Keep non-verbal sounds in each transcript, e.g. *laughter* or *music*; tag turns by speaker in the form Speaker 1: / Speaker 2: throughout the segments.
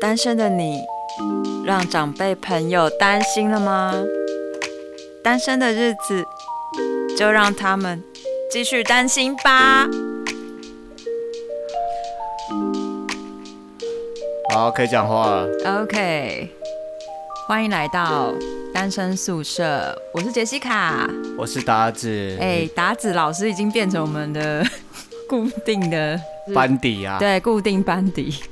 Speaker 1: 单身的你，让长辈朋友担心了吗？单身的日子，就让他们继续担心吧。
Speaker 2: 好，可以讲话了。
Speaker 1: OK，欢迎来到单身宿舍，我是杰西卡。
Speaker 2: 我是达子，
Speaker 1: 哎、达子老师已经变成我们的固定的，
Speaker 2: 班底啊，
Speaker 1: 对，固定班底，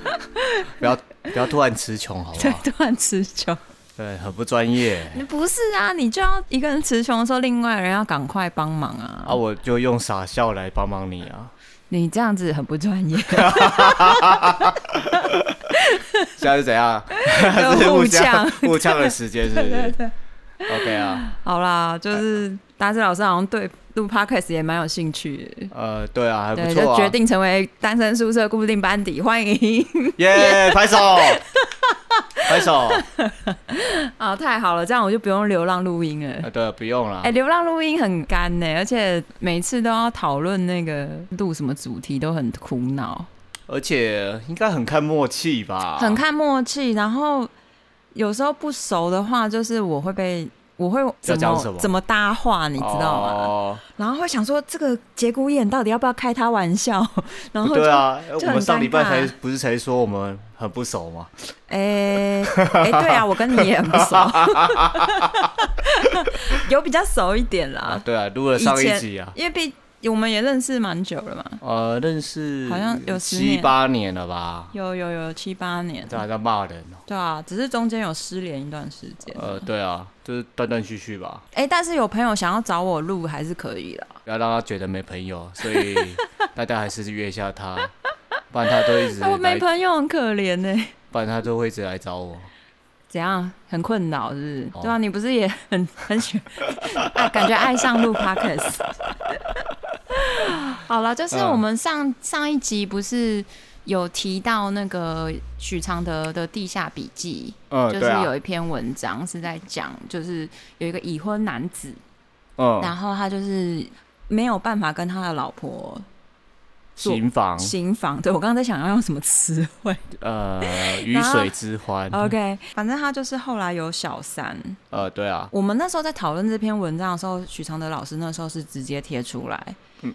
Speaker 2: 不要不要突然词穷，好不
Speaker 1: 对
Speaker 2: 好？，
Speaker 1: 突然词穷。
Speaker 2: 对，很不专业
Speaker 1: 不是啊，你就要一个人词穷的时候，另外人要赶快帮忙啊！
Speaker 2: 啊！我就用傻笑来帮帮你啊，
Speaker 1: 你这样子很不专业，
Speaker 2: 现在是
Speaker 1: *laughs*
Speaker 2: 怎样？ *laughs*
Speaker 1: 就互呛
Speaker 2: 呛。互呛的时间是不
Speaker 1: *laughs*
Speaker 2: 是？OK 啊，
Speaker 1: 好啦，
Speaker 2: 哎
Speaker 1: 就是达志老师好像对录 podcast 也蛮有兴趣的，
Speaker 2: 呃，对啊，还不
Speaker 1: 对，
Speaker 2: 错
Speaker 1: 就
Speaker 2: 啊，
Speaker 1: 决定成为单身宿舍固定班底，欢迎 *laughs*
Speaker 2: 耶，拍手，拍手，
Speaker 1: 啊！太好了，这样我就不用流浪录音了。
Speaker 2: 啊，对，不用了
Speaker 1: 哎、，流浪录音很干呢、而且每次都要讨论那个录什么主题，都很苦恼，
Speaker 2: 而且应该很看默契吧？
Speaker 1: 很看默契。然后有时候不熟的话，就是我会被我会怎
Speaker 2: 讲
Speaker 1: 么
Speaker 2: 什么
Speaker 1: 怎么搭话，你知道吗？
Speaker 2: 哦，
Speaker 1: 然后会想说，这个节骨眼到底要不要开他玩笑？ *laughs* 然后
Speaker 2: 不
Speaker 1: 就
Speaker 2: 对啊，我
Speaker 1: 很
Speaker 2: 们上
Speaker 1: 尴
Speaker 2: 礼拜才
Speaker 1: 尬
Speaker 2: 不是才说我们很不熟吗？
Speaker 1: 哎、哎、对啊，我跟你也很不熟， *laughs* 有比较熟一点
Speaker 2: 啊
Speaker 1: 啦，。
Speaker 2: 对啊，录了
Speaker 1: 以
Speaker 2: 上一
Speaker 1: 前
Speaker 2: 集啊。
Speaker 1: 因为毕我们也认识蛮久了嘛，
Speaker 2: 呃，认识
Speaker 1: 好像有10
Speaker 2: 七
Speaker 1: 年
Speaker 2: 八年了吧？
Speaker 1: 有有有七八年，
Speaker 2: 这还在骂人哦。
Speaker 1: 对啊，只是中间有失联一段时间。
Speaker 2: 呃，对啊，就是断断续续吧，
Speaker 1: 哎、但是有朋友想要找我录还是可以的。
Speaker 2: 不要让他觉得没朋友，
Speaker 1: *laughs*
Speaker 2: 所以大家还是约一下他，不然他都
Speaker 1: *laughs*
Speaker 2: 一直
Speaker 1: 我没
Speaker 2: 来，
Speaker 1: 朋友很可怜呢、
Speaker 2: 不然他都会一直来找我。
Speaker 1: 怎样？很困扰是不是？
Speaker 2: 哦
Speaker 1: 对啊，你不是也很 *laughs* 很喜欢，哎，感觉爱上录 podcast。好了，就是
Speaker 2: 嗯
Speaker 1: 我们上、上一集不是有提到那个许常德的《地下笔记》
Speaker 2: 嗯，
Speaker 1: 就
Speaker 2: 对
Speaker 1: 是
Speaker 2: 啊
Speaker 1: 有，一篇文章是在讲，就是有一个已婚男子，
Speaker 2: 嗯，
Speaker 1: 然后他就是没有办法跟他的老婆做
Speaker 2: 刑房，
Speaker 1: 行房。对我刚刚在想要用什么词汇、
Speaker 2: 呃，鱼
Speaker 1: 然后哦
Speaker 2: 水之欢，
Speaker 1: o k 反正他就是后来有小三。
Speaker 2: 呃，对啊，
Speaker 1: 我们那时候在讨论这篇文章的时候，许常德老师那时候是直接贴出来，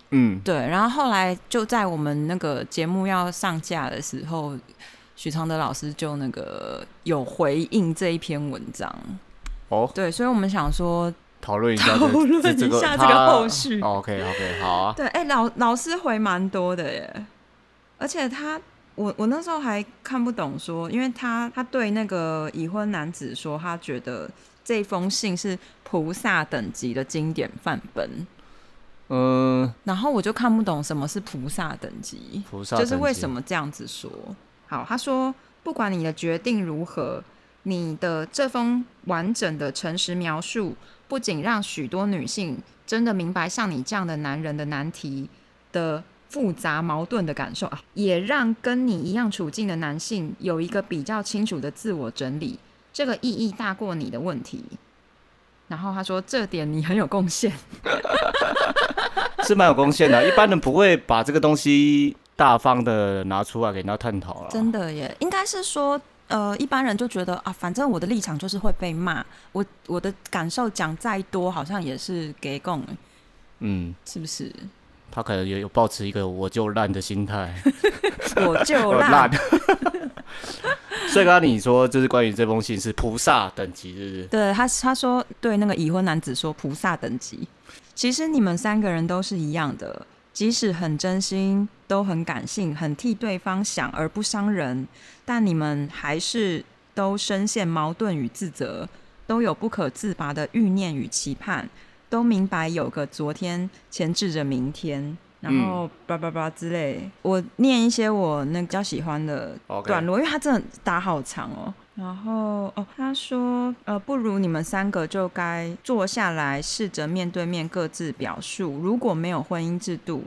Speaker 2: 嗯，
Speaker 1: 对，然后后来就在我们那个节目要上架的时候，许常德老师就那个有回应这一篇文章，
Speaker 2: 哦，
Speaker 1: 对，所以我们想说，
Speaker 2: 讨论一下这，
Speaker 1: 讨论
Speaker 2: 这这
Speaker 1: 一
Speaker 2: 个
Speaker 1: 下这
Speaker 2: 他
Speaker 1: 个后续
Speaker 2: 哦，OK，OK，好啊，
Speaker 1: 对，哎、老老师回蛮多的耶，而且他。我我那时候还看不懂说，因为他他对那个已婚男子说，他觉得这封信是菩萨等级的经典范本，
Speaker 2: 嗯，
Speaker 1: 然后我就看不懂什么是菩萨等级，
Speaker 2: 菩萨
Speaker 1: 就是为
Speaker 2: 等级
Speaker 1: 什么这样子说。好，他说不管你的决定如何，你的这封完整的诚实描述，不仅让许多女性真的明白像你这样的男人的难题的复杂矛盾的感受啊，也让跟你一样处境的男性有一个比较清楚的自我整理，这个意义大过你的问题。然后他说：“这点你很有贡献。”
Speaker 2: 是蛮有贡献的，一般人不会把这个东西大方的拿出来给人家探讨了。
Speaker 1: 真的耶，应该是说，呃，一般人就觉得啊，反正我的立场就是会被骂，我我的感受讲再多，好像也是给供，
Speaker 2: 嗯，
Speaker 1: 是不是？
Speaker 2: 他可能也有保持一个我就烂的心态，
Speaker 1: 我就
Speaker 2: 烂 *laughs*
Speaker 1: 烂，。
Speaker 2: 所以刚刚你说就是关于这封信是菩萨等级，是不是？
Speaker 1: 对他他说对那个已婚男子说菩萨等级，其实你们三个人都是一样的，即使很真心，都很感性，很替对方想而不伤人，但你们还是都深陷矛盾与自责，都有不可自拔的欲念与期盼，都明白有个昨天前置着明天。然后叭叭叭之类，我念一些我那个比较喜欢的
Speaker 2: OK
Speaker 1: 段落因为他真的打好长哦。然后哦，他说呃，不如你们三个就该坐下来，试着面对面各自表述。如果没有婚姻制度，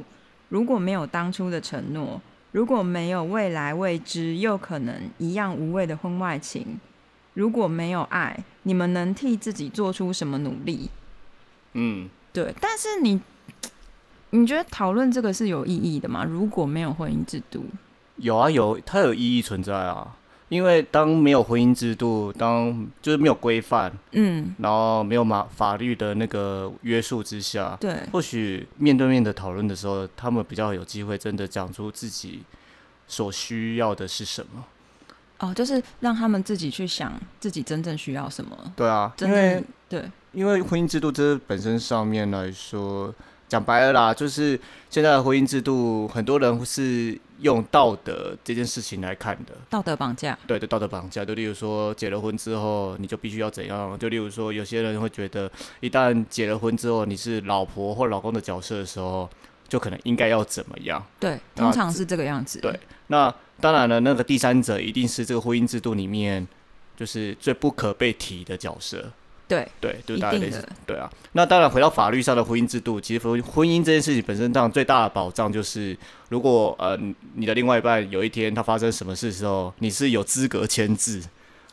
Speaker 1: 如果没有当初的承诺，如果没有未来未知又可能一样无谓的婚外情，如果没有爱，你们能替自己做出什么努力？
Speaker 2: 嗯，
Speaker 1: 对，但是你，你觉得讨论这个是有意义的吗？如果没有婚姻制度，
Speaker 2: 有啊有，它有意义存在啊。因为当没有婚姻制度，当就是没有规范，
Speaker 1: 嗯，
Speaker 2: 然后没有法法律的那个约束之下，
Speaker 1: 对，
Speaker 2: 或许面对面的讨论的时候，他们比较有机会真的讲出自己所需要的是什么。
Speaker 1: 哦，就是让他们自己去想自己真正需要什么，
Speaker 2: 对啊，
Speaker 1: 真
Speaker 2: 因为
Speaker 1: 正对，
Speaker 2: 因为婚姻制度这本身上面来说，讲白了啦，就是现在的婚姻制度，很多人是用道德这件事情来看的。
Speaker 1: 道德绑架，
Speaker 2: 对对，道德绑架，就例如说结了婚之后你就必须要怎样，就例如说有些人会觉得，一旦结了婚之后你是老婆或老公的角色的时候，就可能应该要怎么样。
Speaker 1: 对，
Speaker 2: 那
Speaker 1: 通常是这个样子，
Speaker 2: 啊对那当然了，那个第三者一定是这个婚姻制度里面就是最不可被提的角色。
Speaker 1: 对，
Speaker 2: 对，就
Speaker 1: 一
Speaker 2: 是大概类
Speaker 1: 定
Speaker 2: 似
Speaker 1: 的，
Speaker 2: 对啊。那当然，回到法律上的婚姻制度，其实婚婚姻这件事情本身上最大的保障就是，如果呃你你的另外一半有一天他发生什么事的时候，你是有资格签字，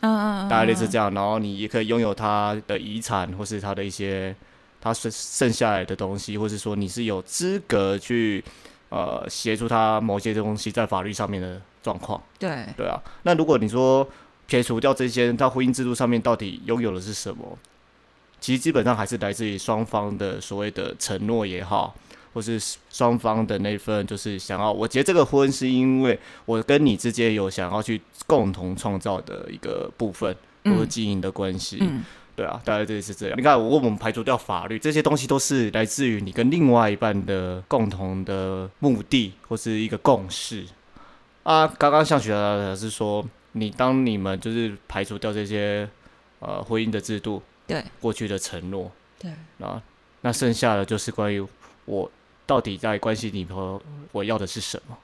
Speaker 1: 嗯嗯嗯，
Speaker 2: 大概类似
Speaker 1: 嗯
Speaker 2: 这样，然后你也可以拥有他的遗产或是他的一些他剩剩下来的东西，或是说你是有资格去呃协助他某些东西在法律上面的状况。
Speaker 1: 对，
Speaker 2: 对啊，那如果你说撇除掉这些，到婚姻制度上面到底拥有的是什么？其实基本上还是来自于双方的所谓的承诺也好，或是双方的那份就是想要我结这个婚是因为我跟你之间有想要去共同创造的一个部分，或者
Speaker 1: 嗯
Speaker 2: 经营的关系。
Speaker 1: 嗯，
Speaker 2: 对啊，大概这是这样。你看，我我们排除掉法律这些东西，都是来自于你跟另外一半的共同的目的或是一个共识啊。刚刚像雪老师说，你当你们就是排除掉这些呃婚姻的制度、
Speaker 1: 对
Speaker 2: 过去的承诺
Speaker 1: 对，
Speaker 2: 啊，那剩下的就是关于我到底在关系里头我要的是什么。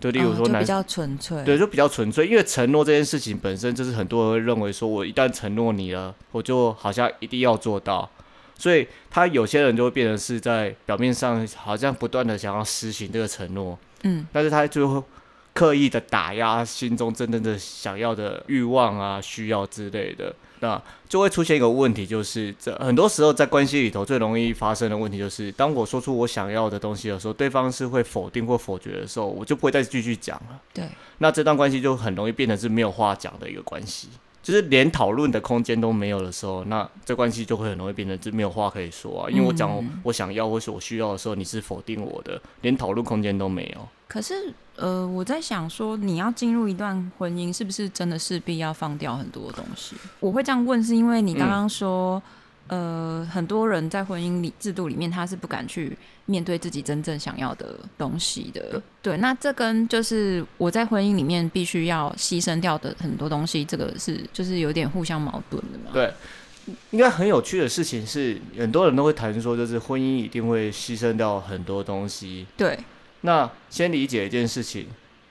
Speaker 2: 就例如
Speaker 1: 哦
Speaker 2: 说
Speaker 1: 就
Speaker 2: 男
Speaker 1: 比较纯粹，
Speaker 2: 对，就比较纯粹，因为承诺这件事情本身，就是很多人会认为说，我一旦承诺你了，我就好像一定要做到，所以他有些人就会变成是在表面上好像不断的想要施行这个承诺，
Speaker 1: 嗯，
Speaker 2: 但是他就会刻意的打压心中真正的想要的欲望啊、需要之类的，那就会出现一个问题，就是这很多时候在关系里头最容易发生的问题，就是当我说出我想要的东西的时候，对方是会否定或否决的时候，我就不会再继续讲了。
Speaker 1: 对，
Speaker 2: 那这段关系就很容易变成是没有话讲的一个关系，就是连讨论的空间都没有的时候，那这关系就会很容易变成是没有话可以说啊。因为我讲
Speaker 1: 嗯
Speaker 2: 我想要或是我需要的时候，你是否定我的，连讨论空间都没有。啊
Speaker 1: 可是，呃，我在想说，你要进入一段婚姻，是不是真的势必要放掉很多东西？我会这样问，是因为你刚刚说，呃，很多人在婚姻里制度里面，他是不敢去面对自己真正想要的东西的。对，那这跟就是我在婚姻里面必须要牺牲掉的很多东西，这个是就是有点互相矛盾的嘛？
Speaker 2: 对应该很有趣的事情是，很多人都会谈说，就是婚姻一定会牺牲掉很多东西。
Speaker 1: 对，
Speaker 2: 那先理解一件事情，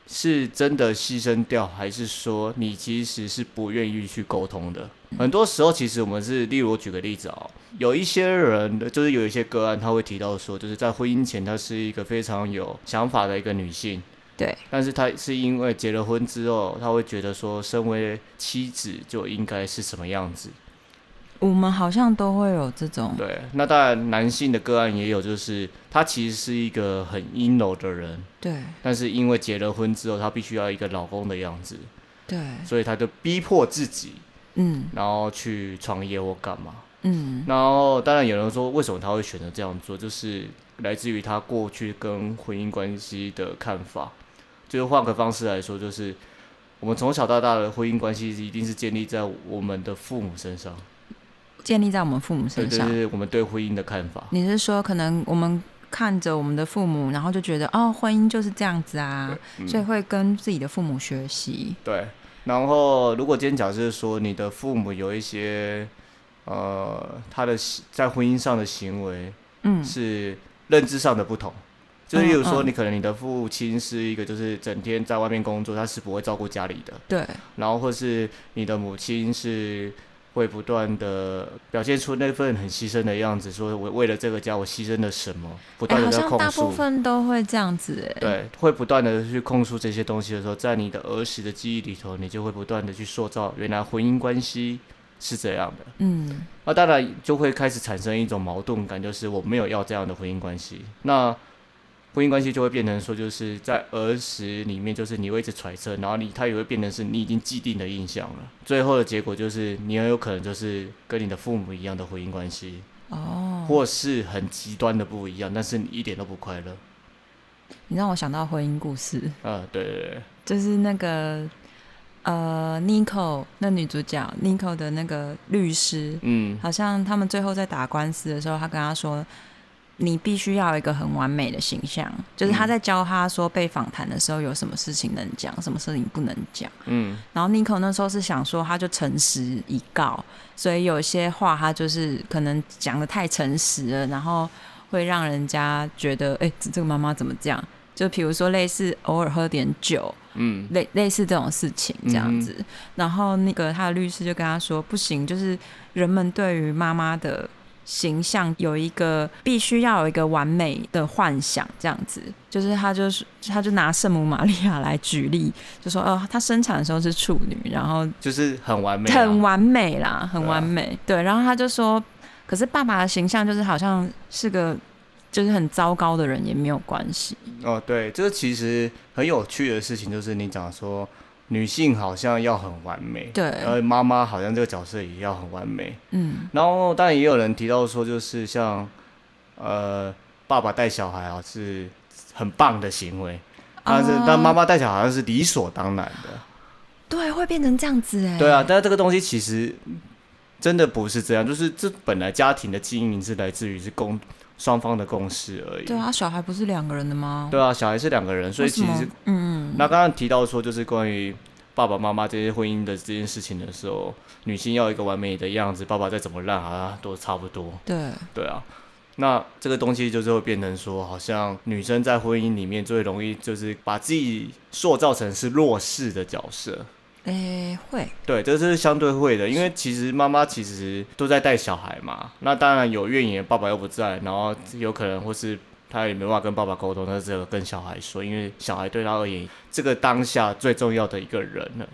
Speaker 2: 是真的牺牲掉，还是说你其实是不愿意去沟通的？很多时候，其实我们是，例如我举个例子哦，有一些人就是有一些个案，他会提到说，就是在婚姻前，她是一个非常有想法的一个女性，
Speaker 1: 对，
Speaker 2: 但是她是因为结了婚之后，她会觉得说，身为妻子就应该是什么样子，
Speaker 1: 我们好像都会有这种，
Speaker 2: 对，那当然男性的个案也有，就是他其实是一个很阴柔的人，
Speaker 1: 对
Speaker 2: 但是因为结了婚之后，她必须要一个老公的样子，
Speaker 1: 对，
Speaker 2: 所以她就逼迫自己，
Speaker 1: 嗯
Speaker 2: 然后去创业或干嘛。
Speaker 1: 嗯，
Speaker 2: 然后当然有人说，为什么她会选择这样做，就是来自于她过去跟婚姻关系的看法。就是换个方式来说，就是我们从小到大的婚姻关系一定是建立在我们的父母身上，
Speaker 1: 建立在我们父母
Speaker 2: 对
Speaker 1: 身
Speaker 2: 对
Speaker 1: 上。
Speaker 2: 对，我们对婚姻的看法。
Speaker 1: 你是说，可能我们看着我们的父母，然后就觉得哦，婚姻就是这样子啊，
Speaker 2: 嗯
Speaker 1: 所以会跟自己的父母学习。
Speaker 2: 对，然后如果今天假设说你的父母有一些呃他的行在婚姻上的行为
Speaker 1: 嗯，
Speaker 2: 是认知上的不同，就是
Speaker 1: 嗯
Speaker 2: 例如说
Speaker 1: 嗯
Speaker 2: 你可能你的父亲是一个就是整天在外面工作，他是不会照顾家里的，
Speaker 1: 对
Speaker 2: 然后或是你的母亲是。会不断的表现出那份很牺牲的样子，说我为了这个家，我牺牲了什么，不
Speaker 1: 哎、
Speaker 2: 断的
Speaker 1: 好
Speaker 2: 在
Speaker 1: 像
Speaker 2: 控
Speaker 1: 大
Speaker 2: 诉。
Speaker 1: 部分都会这样子、哎，
Speaker 2: 对，会不断的去控诉这些东西的时候，在你的儿时的记忆里头，你就会不断的去塑造原来婚姻关系是这样的。
Speaker 1: 嗯，
Speaker 2: 那当然就会开始产生一种矛盾感，就是我没有要这样的婚姻关系。那婚姻关系就会变成说，就是在儿时里面，就是你会一直揣测，然后你他也会变成是你已经既定的印象了。最后的结果就是，你很有可能就是跟你的父母一样的婚姻关系，
Speaker 1: 哦，
Speaker 2: 或是很极端的不一样，但是你一点都不快乐。
Speaker 1: 你让我想到婚姻故事，
Speaker 2: 啊，对对对，
Speaker 1: 就是那个呃 n i c o 那女主角 n i c o 的那个律师，
Speaker 2: 嗯，
Speaker 1: 好像他们最后在打官司的时候，他跟他说：“你必须要有一个很完美的形象。”就是他在教他说被访谈的时候有什么事情能讲，什么事情不能讲。
Speaker 2: 嗯，
Speaker 1: 然后 n i c o 那时候是想说，他就诚实以告，所以有一些话他就是可能讲的太诚实了，然后会让人家觉得，哎、这这个妈妈怎么这样？就比如说类似偶尔喝点酒，
Speaker 2: 嗯，
Speaker 1: 类类似这种事情这样
Speaker 2: 嗯
Speaker 1: 子。然后那个他的律师就跟他说，不行，就是人们对于妈妈的形象有一个必须要有一个完美的幻想，这样子。就是他就是他就拿圣母玛利亚来举例，就说哦，她生产的时候是处女，然后
Speaker 2: 就是很完美、啊，
Speaker 1: 很完美啦，很
Speaker 2: 对啊
Speaker 1: 完美。对，然后他就说，可是爸爸的形象就是好像是个。就是很糟糕的人也没有关系，
Speaker 2: 哦，对，这个其实很有趣的事情，就是你讲说女性好像要很完美，
Speaker 1: 对，
Speaker 2: 而妈妈好像这个角色也要很完美。
Speaker 1: 嗯，
Speaker 2: 然后当然也有人提到说，就是像呃爸爸带小孩啊是很棒的行为，
Speaker 1: 哦
Speaker 2: 但是、但妈
Speaker 1: 妈
Speaker 2: 妈带小孩好像是理所当然的。
Speaker 1: 对会变成这样子哎、
Speaker 2: 对啊，但是这个东西其实真的不是这样，就是这本来家庭的经营是来自于是共双方的共识而已。
Speaker 1: 对啊，小孩不是两个人的吗？
Speaker 2: 对啊，小孩是两个人，所以
Speaker 1: 为什
Speaker 2: 其
Speaker 1: 么，
Speaker 2: 实
Speaker 1: 嗯，
Speaker 2: 那刚刚提到说，就是关于爸爸妈妈这些婚姻的这件事情的时候，女性要有一个完美的样子，爸爸再怎么烂，好像都差不多。
Speaker 1: 对，
Speaker 2: 对啊，那这个东西就是会变成说，好像女生在婚姻里面最容易就是把自己塑造成是弱势的角色。
Speaker 1: 哎、会，
Speaker 2: 对，这是相对会的，因为其实妈妈其实都在带小孩嘛，那当然有怨言，爸爸又不在，然后有可能或是他也没办法跟爸爸沟通，那只有跟小孩说，因为小孩对他而言，这个当下最重要的一个人了，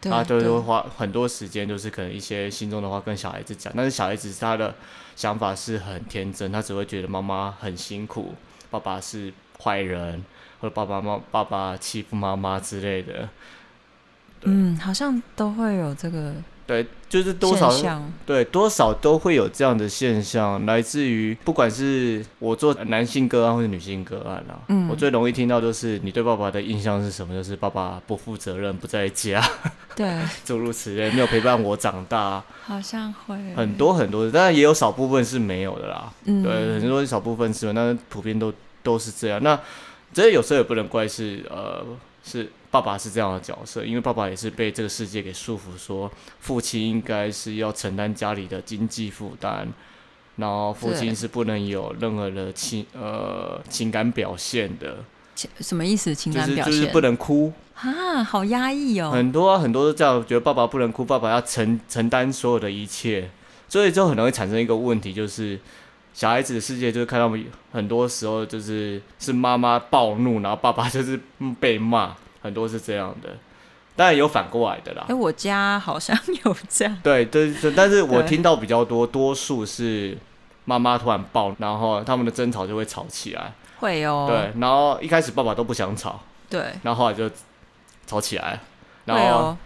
Speaker 1: 对，
Speaker 2: 他就
Speaker 1: 对
Speaker 2: 啊会花很多时间，就是可能一些心中的话跟小孩子讲，但是小孩子他的想法是很天真，他只会觉得妈妈很辛苦，爸爸是坏人，或者爸爸妈爸爸欺负妈妈之类的，
Speaker 1: 嗯，好像都会有这个
Speaker 2: 对，就是多少
Speaker 1: 现象，
Speaker 2: 对，多少都会有这样的现象，来自于不管是我做男性个案或者女性个案啊，
Speaker 1: 嗯
Speaker 2: 我最容易听到就是你对爸爸的印象是什么？就是爸爸不负责任，不在家， *laughs*
Speaker 1: 对，
Speaker 2: 诸如此类，没有陪伴我长大，
Speaker 1: 好像会
Speaker 2: 很，多很多的，当然也有少部分是没有的啦，
Speaker 1: 嗯，
Speaker 2: 对，很多少部分是有，但是普遍都都是这样。那这有时候也不能怪是呃是爸爸是这样的角色，因为爸爸也是被这个世界给束缚，说父亲应该是要承担家里的经济负担，然后父亲
Speaker 1: 对
Speaker 2: 是不能有任何的情呃情感表现的，
Speaker 1: 情什么意思？情
Speaker 2: 就
Speaker 1: 感
Speaker 2: 是
Speaker 1: 表
Speaker 2: 就是
Speaker 1: 现
Speaker 2: 不能哭，
Speaker 1: 啊，好压抑哦，
Speaker 2: 很多、啊、很多都这样，觉得爸爸不能哭，爸爸要承承担所有的一切，所以就很容易产生一个问题，就是小孩子的世界就是看到很多时候就是是妈妈暴怒，然后爸爸就是嗯被骂，很多是这样的，当然有反过来的啦
Speaker 1: 哎、。我家好像有这样，
Speaker 2: 对，对，对但是我
Speaker 1: 对
Speaker 2: 听到比较多，多数是妈妈突然暴，然后他们的争吵就会吵起来。
Speaker 1: *laughs* 会哦，
Speaker 2: 对，然后一开始爸爸都不想吵，
Speaker 1: 对，
Speaker 2: 然后后来就吵起来了，然
Speaker 1: 会
Speaker 2: 后
Speaker 1: 哦，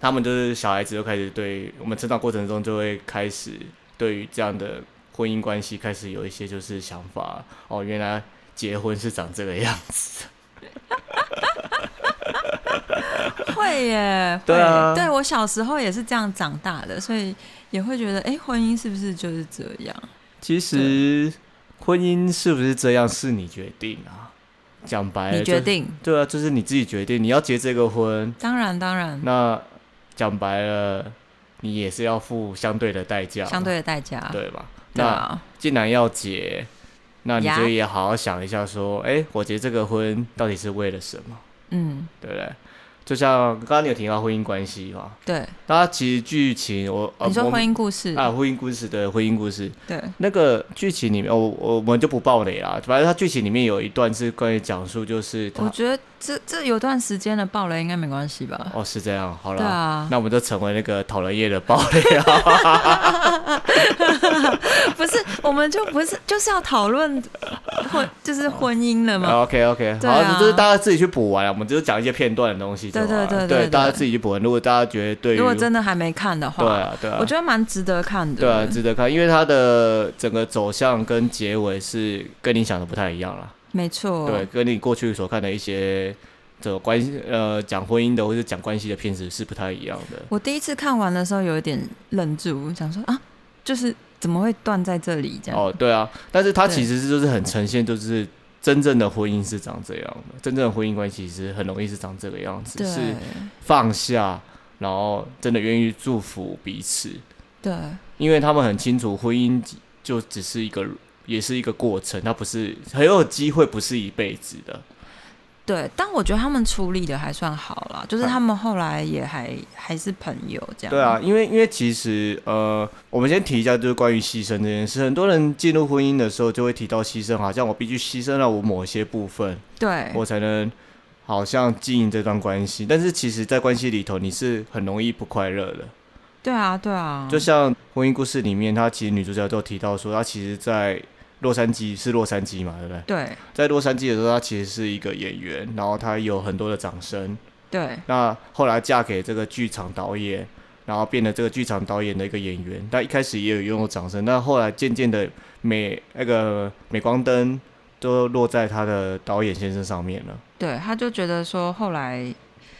Speaker 2: 他们就是小孩子就开始对我们成长过程中就会开始对于这样的婚姻关系开始有一些就是想法哦，原来结婚是长这个样子。
Speaker 1: 会
Speaker 2: *laughs*
Speaker 1: 耶，
Speaker 2: 对啊
Speaker 1: 会对我小时候也是这样长大的，所以也会觉得，哎、婚姻是不是就是这样？
Speaker 2: 其实婚姻是不是这样是你决定啊，讲白了
Speaker 1: 你决、定，
Speaker 2: 就是对啊，就是你自己决定你要结这个婚，
Speaker 1: 当然，当然，
Speaker 2: 那讲白了你也是要付相对的代价嘛，
Speaker 1: 相对的代价，
Speaker 2: 嗯对吧？
Speaker 1: 对
Speaker 2: 那
Speaker 1: 啊，
Speaker 2: 既然要结，那你
Speaker 1: 呀
Speaker 2: 就也好好想一下，说，哎、我结这个婚到底是为了什么，
Speaker 1: 嗯，
Speaker 2: 对不对？就像刚刚你有提到婚姻关系嘛，
Speaker 1: 对。
Speaker 2: 它其实剧情我呃
Speaker 1: 你说
Speaker 2: 我
Speaker 1: 婚姻故事？
Speaker 2: 啊婚姻故事的婚姻故事，
Speaker 1: 对，
Speaker 2: 那个剧情里面，哦我我我们就不爆雷啦，反正它剧情里面有一段是关于讲述，就是
Speaker 1: 我
Speaker 2: 他
Speaker 1: 觉得这这有段时间的爆雷应该没关系吧？ *laughs*
Speaker 2: 哦是这样，好
Speaker 1: 对
Speaker 2: 了。
Speaker 1: 啊，
Speaker 2: 那我们就成为那个讨人厌的爆雷啊！
Speaker 1: 不是，我们就不是就是要讨论婚就是婚姻了
Speaker 2: *laughs*
Speaker 1: 嘛。
Speaker 2: OK OK，
Speaker 1: *laughs* 对
Speaker 2: 好，
Speaker 1: 啊
Speaker 2: 这是大家自己去补完，我们就是讲一些片段的东西就好了。
Speaker 1: 对对对对对
Speaker 2: 大家自己去补完。如果大家觉得对于
Speaker 1: 如果真的还没看的
Speaker 2: 对
Speaker 1: 话，
Speaker 2: 啊对啊，
Speaker 1: 我觉得蛮值得看的。
Speaker 2: 对啊，值得看，因为它的整个走向跟结尾是跟你想的不太一样啦。
Speaker 1: 没错。
Speaker 2: 对，跟你过去所看的一些这种关系，呃，讲婚姻的或者讲关系的片子是不太一样的。
Speaker 1: 我第一次看完的时候有一点愣住，想说啊，就是怎么会断在这里这样？
Speaker 2: 哦，对啊，但是它
Speaker 1: 对
Speaker 2: 其实是就是很呈现，就是真正的婚姻是长这样的，真正的婚姻关系是很容易是长这个样子，
Speaker 1: 对
Speaker 2: 是放下，然后真的愿意祝福彼此，
Speaker 1: 对
Speaker 2: 因为他们很清楚婚姻就只是一个。也是一个过程，它不是很有机会，不是一辈子的。
Speaker 1: 对，但我觉得他们处理的还算好啦，就是
Speaker 2: 哎
Speaker 1: 他们后来也还还是朋友这样。
Speaker 2: 对啊，，因为因为其实呃，我们先提一下就是关于牺牲这件事，很多人进入婚姻的时候就会提到牺牲，好像我必须牺牲了我某些部分，
Speaker 1: 对，
Speaker 2: 我才能好像经营这段关系。但是其实，在关系里头，你是很容易不快乐的。
Speaker 1: 对啊，对啊，
Speaker 2: 就像婚姻故事里面，她其实女主角都有提到说，她其实，在洛杉矶是洛杉矶嘛，对不对？
Speaker 1: 对
Speaker 2: 在洛杉矶的时候，她其实是一个演员，然后她有很多的掌声。
Speaker 1: 对
Speaker 2: 那后来嫁给这个剧场导演，然后变得这个剧场导演的一个演员。但一开始也有拥有掌声，但后来渐渐的美那个镁光灯都落在他的导演先生上面了。
Speaker 1: 对，他就觉得说后来。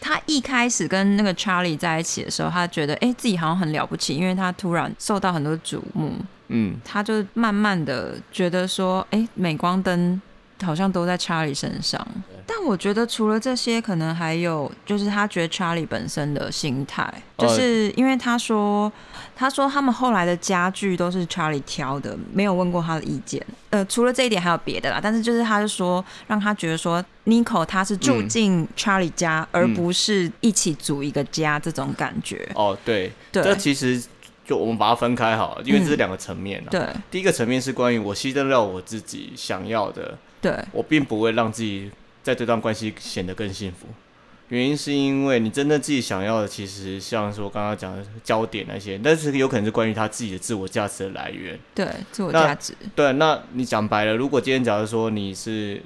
Speaker 1: 他一开始跟那个 Charlie 在一起的时候，他觉得哎、自己好像很了不起，因为他突然受到很多瞩目，
Speaker 2: 嗯，
Speaker 1: 他就慢慢的觉得说，哎、镁光灯好像都在查理身上。但我觉得除了这些，可能还有就是他觉得查理本身的心态，
Speaker 2: 呃
Speaker 1: 就是因为他说，他说他们后来的家具都是查理挑的，没有问过他的意见。呃，除了这一点还有别的啦，但是就是他就说，让他觉得说 n i c o 他是住
Speaker 2: 嗯
Speaker 1: 进查理家，而
Speaker 2: 嗯
Speaker 1: 不是一起组一个家这种感觉。
Speaker 2: 哦，对，这
Speaker 1: 对嗯
Speaker 2: 其实就我们把它分开好了，因为这是两个层面啊。
Speaker 1: 对
Speaker 2: 第一个层面是关于我牺牲掉我自己想要的，
Speaker 1: 对
Speaker 2: 我并不会让自己在这段关系显得更幸福。原因是因为你真正自己想要的，其实像是我刚刚讲的焦点那些，但是有可能是关于他自己的自我价值的来源。
Speaker 1: 对，自我
Speaker 2: 那
Speaker 1: 价值。
Speaker 2: 对，那你讲白了，如果今天假如说你是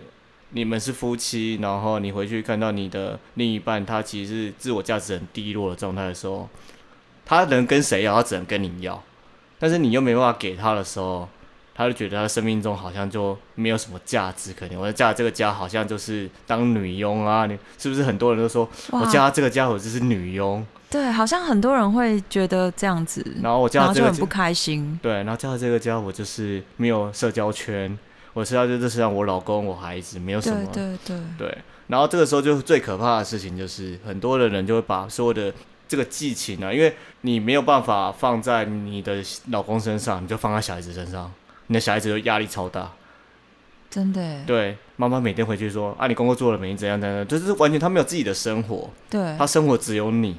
Speaker 2: 你们是夫妻，然后你回去看到你的另一半，他其实是自我价值很低落的状态的时候，他能跟谁要，他只能跟你要，但是你又没办法给他的时候，他就觉得他生命中好像就没有什么价值，可能我嫁这个家好像就是当女佣啊，你是不是很多人都说
Speaker 1: 哇
Speaker 2: 我嫁这个家我就是女佣，
Speaker 1: 对，好像很多人会觉得这样子，
Speaker 2: 然后我
Speaker 1: 然
Speaker 2: 嫁
Speaker 1: 后
Speaker 2: 这
Speaker 1: 就
Speaker 2: 个
Speaker 1: 很
Speaker 2: 家
Speaker 1: 不开心。
Speaker 2: 对，然后嫁到这个家，我就是没有社交圈，我社交圈就是让我老公、我孩子，没有什
Speaker 1: 对
Speaker 2: 么。
Speaker 1: 对对
Speaker 2: 对然后这个时候就最可怕的事情就是，很多的人就会把所有的这个激情啊，因为你没有办法放在你的老公身上，你就放在小孩子身上，你的小孩子就压力超大。
Speaker 1: 真的耶
Speaker 2: 对，妈妈每天回去说啊，你工作做了没？怎样怎样，就是完全他没有自己的生活，
Speaker 1: 对，
Speaker 2: 他生活只有你。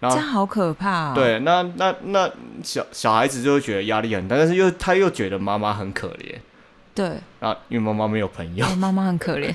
Speaker 2: 然
Speaker 1: 这
Speaker 2: 后
Speaker 1: 样好可怕、哦。
Speaker 2: 对，那那那小小孩子就会觉得压力很大，但是又他又觉得妈妈很可怜
Speaker 1: 对，
Speaker 2: 啊，因为妈妈没有朋友
Speaker 1: 我妈妈很可怜。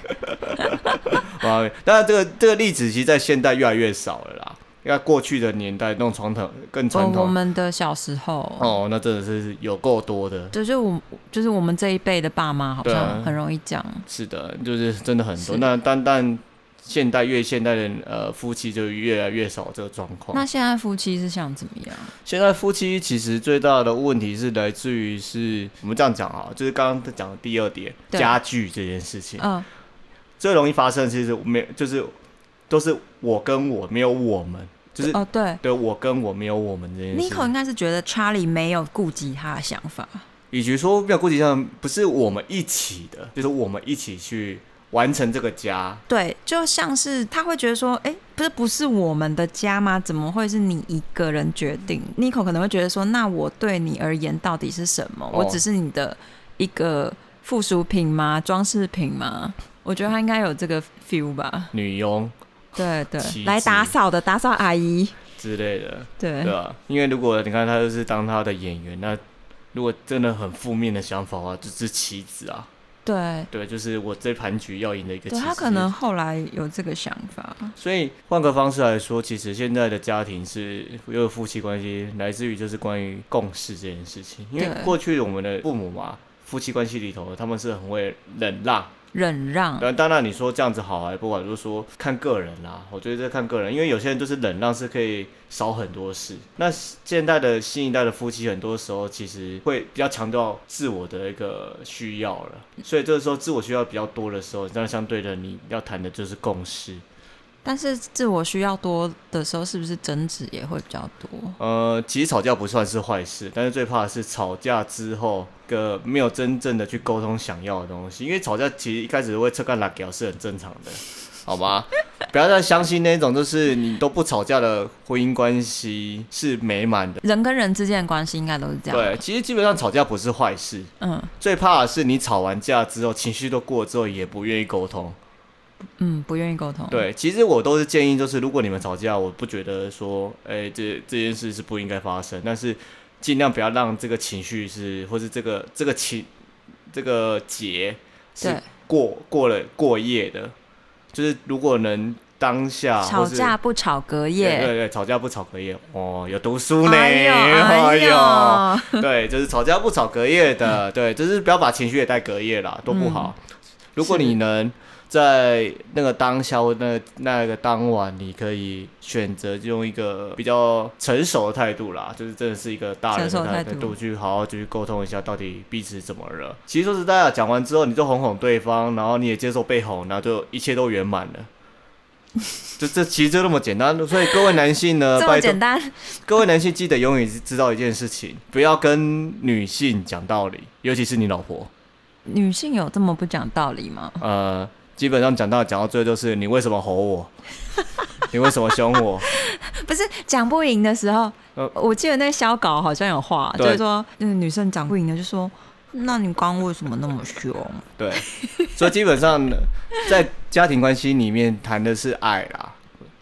Speaker 2: *laughs* 妈妈没。当然，这个这个例子其实在现代越来越少了啦。因为过去的年代那种传统更
Speaker 1: 我
Speaker 2: 传
Speaker 1: 我
Speaker 2: 统
Speaker 1: 们的小时候，
Speaker 2: 哦，那真的是有够多的，
Speaker 1: 就是我就是我们这一辈的爸妈，好
Speaker 2: 对啊
Speaker 1: 像很容易讲。
Speaker 2: 是的，就是真的很多。
Speaker 1: 是
Speaker 2: 那但但现代越现代的呃夫妻就越来越少这个状况。
Speaker 1: 那现在夫妻是想怎么样？
Speaker 2: 现在夫妻其实最大的问题是来自于是我们这样讲啊，就是刚刚讲的第二点
Speaker 1: 对
Speaker 2: 家具这件事情。
Speaker 1: 嗯，
Speaker 2: 最容易发生的其实没就是都是我跟我没有我们，就是、
Speaker 1: 哦，对
Speaker 2: 对我跟我没有我们这件
Speaker 1: n i
Speaker 2: 事
Speaker 1: c o 应
Speaker 2: 情。
Speaker 1: 该是觉得查理没有顾及他的想法。
Speaker 2: 以及说没有顾及上不是我们一起的，就是我们一起去完成这个家。
Speaker 1: 对，就像是他会觉得说，哎、不是不是我们的家吗？怎么会是你一个人决定 n i c o 可能会觉得说，那我对你而言到底是什么？我
Speaker 2: 哦
Speaker 1: 只是你的一个附属品吗？装饰品吗？我觉得他应该有这个 feel 吧。
Speaker 2: 女佣
Speaker 1: 对对
Speaker 2: 妻，
Speaker 1: 来
Speaker 2: 子
Speaker 1: 打扫的打扫阿姨，
Speaker 2: 之类的，
Speaker 1: 对
Speaker 2: 对啊吧、因为如果你看他就是当他的演员，那如果真的很负面的想法的话，就是棋子啊，
Speaker 1: 对
Speaker 2: 对，就是我这盘局要赢的一个棋
Speaker 1: 对，
Speaker 2: 子。
Speaker 1: 他可能后来有这个想法。
Speaker 2: 所以换个方式来说，其实现在的家庭是因为夫妻关系来自于就是关于共识这件事情，因为
Speaker 1: 对
Speaker 2: 过去我们的父母嘛，夫妻关系里头，他们是很会忍让。
Speaker 1: 忍让，
Speaker 2: 但当然你说这样子好还不好，就是说看个人啊啦。我觉得这看个人，因为有些人就是忍让是可以少很多事。那现代的新一代的夫妻，很多时候其实会比较强调自我的一个需要了，所以这个时候自我需要比较多的时候，那相对的你要谈的就是共识。
Speaker 1: 但是自我需要多的时候，是不是争执也会比较多？
Speaker 2: 呃，其实吵架不算是坏事，但是最怕的是吵架之后个没有真正的去沟通想要的东西，因为吵架其实一开始会扯干拉屌是很正常的，
Speaker 1: *laughs*
Speaker 2: 好吗？不要再相信那种就是你都不吵架的婚姻关系是美满的。
Speaker 1: 人跟人之间的关系应该都是这样。
Speaker 2: 对，，其实基本上吵架不是坏事，
Speaker 1: 嗯
Speaker 2: 最怕的是你吵完架之后情绪都过了之后也不愿意沟通。
Speaker 1: 嗯，不愿意沟通。，
Speaker 2: 对，其实我都是建议，就是如果你们吵架，我不觉得说，哎、这这件事是不应该发生，但是尽量不要让这个情绪是，或是这个这个情这个结是
Speaker 1: 对
Speaker 2: 过过了过夜的，就是如果能当下
Speaker 1: 吵
Speaker 2: 啊或是
Speaker 1: 架不吵隔
Speaker 2: 对对
Speaker 1: 夜。
Speaker 2: 对，吵架不吵隔夜哦，有读书呢，
Speaker 1: 哎呦哎
Speaker 2: 哎
Speaker 1: 呦， *laughs*
Speaker 2: 呦对，就是吵架不吵隔夜的，对，就是不要把情绪也带隔夜啦，多不好。
Speaker 1: 嗯
Speaker 2: 如果你能在那个当下或那那个当晚，你可以选择用一个比较成熟的态度啦，就是真的是一个大人
Speaker 1: 成熟
Speaker 2: 的
Speaker 1: 的态
Speaker 2: 态
Speaker 1: 度
Speaker 2: 度去好好去沟通一下，到底彼此怎么了。其实说实在的，讲完之后你就哄哄对方，然后你也接受被哄，然后就一切都圆满
Speaker 1: *laughs*
Speaker 2: 了。就这其实就那么简单，所以各位男性呢，
Speaker 1: *laughs* 这
Speaker 2: 拜
Speaker 1: 么
Speaker 2: 托
Speaker 1: 简单，
Speaker 2: 各位男性记得永远知道一件事情，不要跟女性讲道理，尤其是你老婆。
Speaker 1: 女性有这么不讲道理吗？
Speaker 2: 呃，基本上讲到讲到最后就是你为什么吼我， *laughs* 你为什么凶我？
Speaker 1: 不是讲不赢的时候，
Speaker 2: 呃
Speaker 1: 我记得那小稿好像有话，就
Speaker 2: 对
Speaker 1: 是说，嗯，女生讲不赢的就说，那你刚为什么那么凶？
Speaker 2: 对，所以基本上呃在家庭关系里面谈的是爱啦，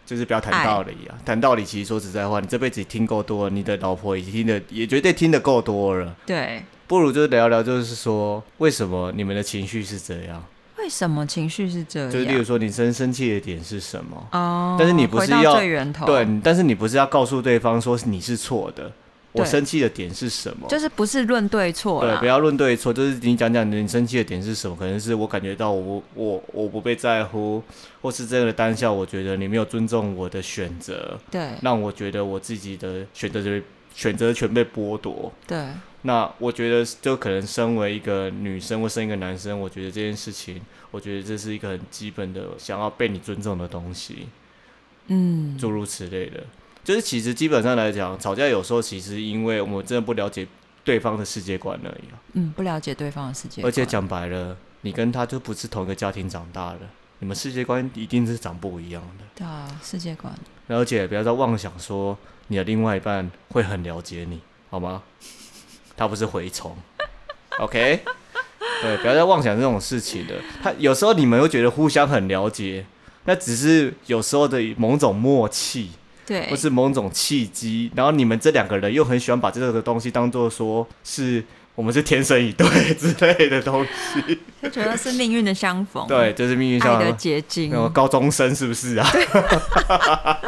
Speaker 2: 就是不要谈道理啊。谈道理其实说实在话，你这辈子听够多了，你的老婆也听的也绝对听得够多了，
Speaker 1: 对，
Speaker 2: 不如就聊聊，就是说为什么你们的情绪是这样？
Speaker 1: 为什么情绪是这
Speaker 2: 就是例如
Speaker 1: 样？
Speaker 2: 说你生生气的点是什么？
Speaker 1: 哦，
Speaker 2: 但是你不是
Speaker 1: 回
Speaker 2: 要
Speaker 1: 到最源头，
Speaker 2: 对，，但是你不是要告诉对方说你是错的，我
Speaker 1: 对
Speaker 2: 生气的点是什么？
Speaker 1: 就是不是论对错
Speaker 2: 对，
Speaker 1: 啦
Speaker 2: 不，要论对错，就是你讲讲你生气的点是什么？可能是我感觉到我我我不被在乎，或是这个当下我觉得你没有尊重我的选择，
Speaker 1: 对
Speaker 2: 让我觉得我自己的选择权选择权被剥夺。
Speaker 1: 对，
Speaker 2: 那我觉得就可能身为一个女生或身为一个男生，我觉得这件事情，我觉得这是一个很基本的想要被你尊重的东西。
Speaker 1: 嗯，
Speaker 2: 诸如此类的。就是其实基本上来讲，吵架有时候其实因为我们真的不了解对方的世界观而已啊、
Speaker 1: 嗯，不了解对方的世界观，
Speaker 2: 而且讲白了，你跟他就不是同一个家庭长大的，你们世界观一定是长不一样的。
Speaker 1: 对啊，世界观，
Speaker 2: 那而且不要再妄想说你的另外一半会很了解你，好吗？他不是蛔虫，OK？对，不要再妄想这种事情了。他有时候你们会觉得互相很了解，那只是有时候的某种默契。
Speaker 1: 对
Speaker 2: 或，是某种契机，然后你们这两个人又很喜欢把这个东西当做说是我们是天生一对之类的东
Speaker 1: *laughs*
Speaker 2: 西，
Speaker 1: 就觉得是命运的相逢，
Speaker 2: 对，，就是命运
Speaker 1: 哦爱
Speaker 2: 像
Speaker 1: 的结晶
Speaker 2: 那种高中生是不是
Speaker 1: *laughs*
Speaker 2: 啊？
Speaker 1: 啊。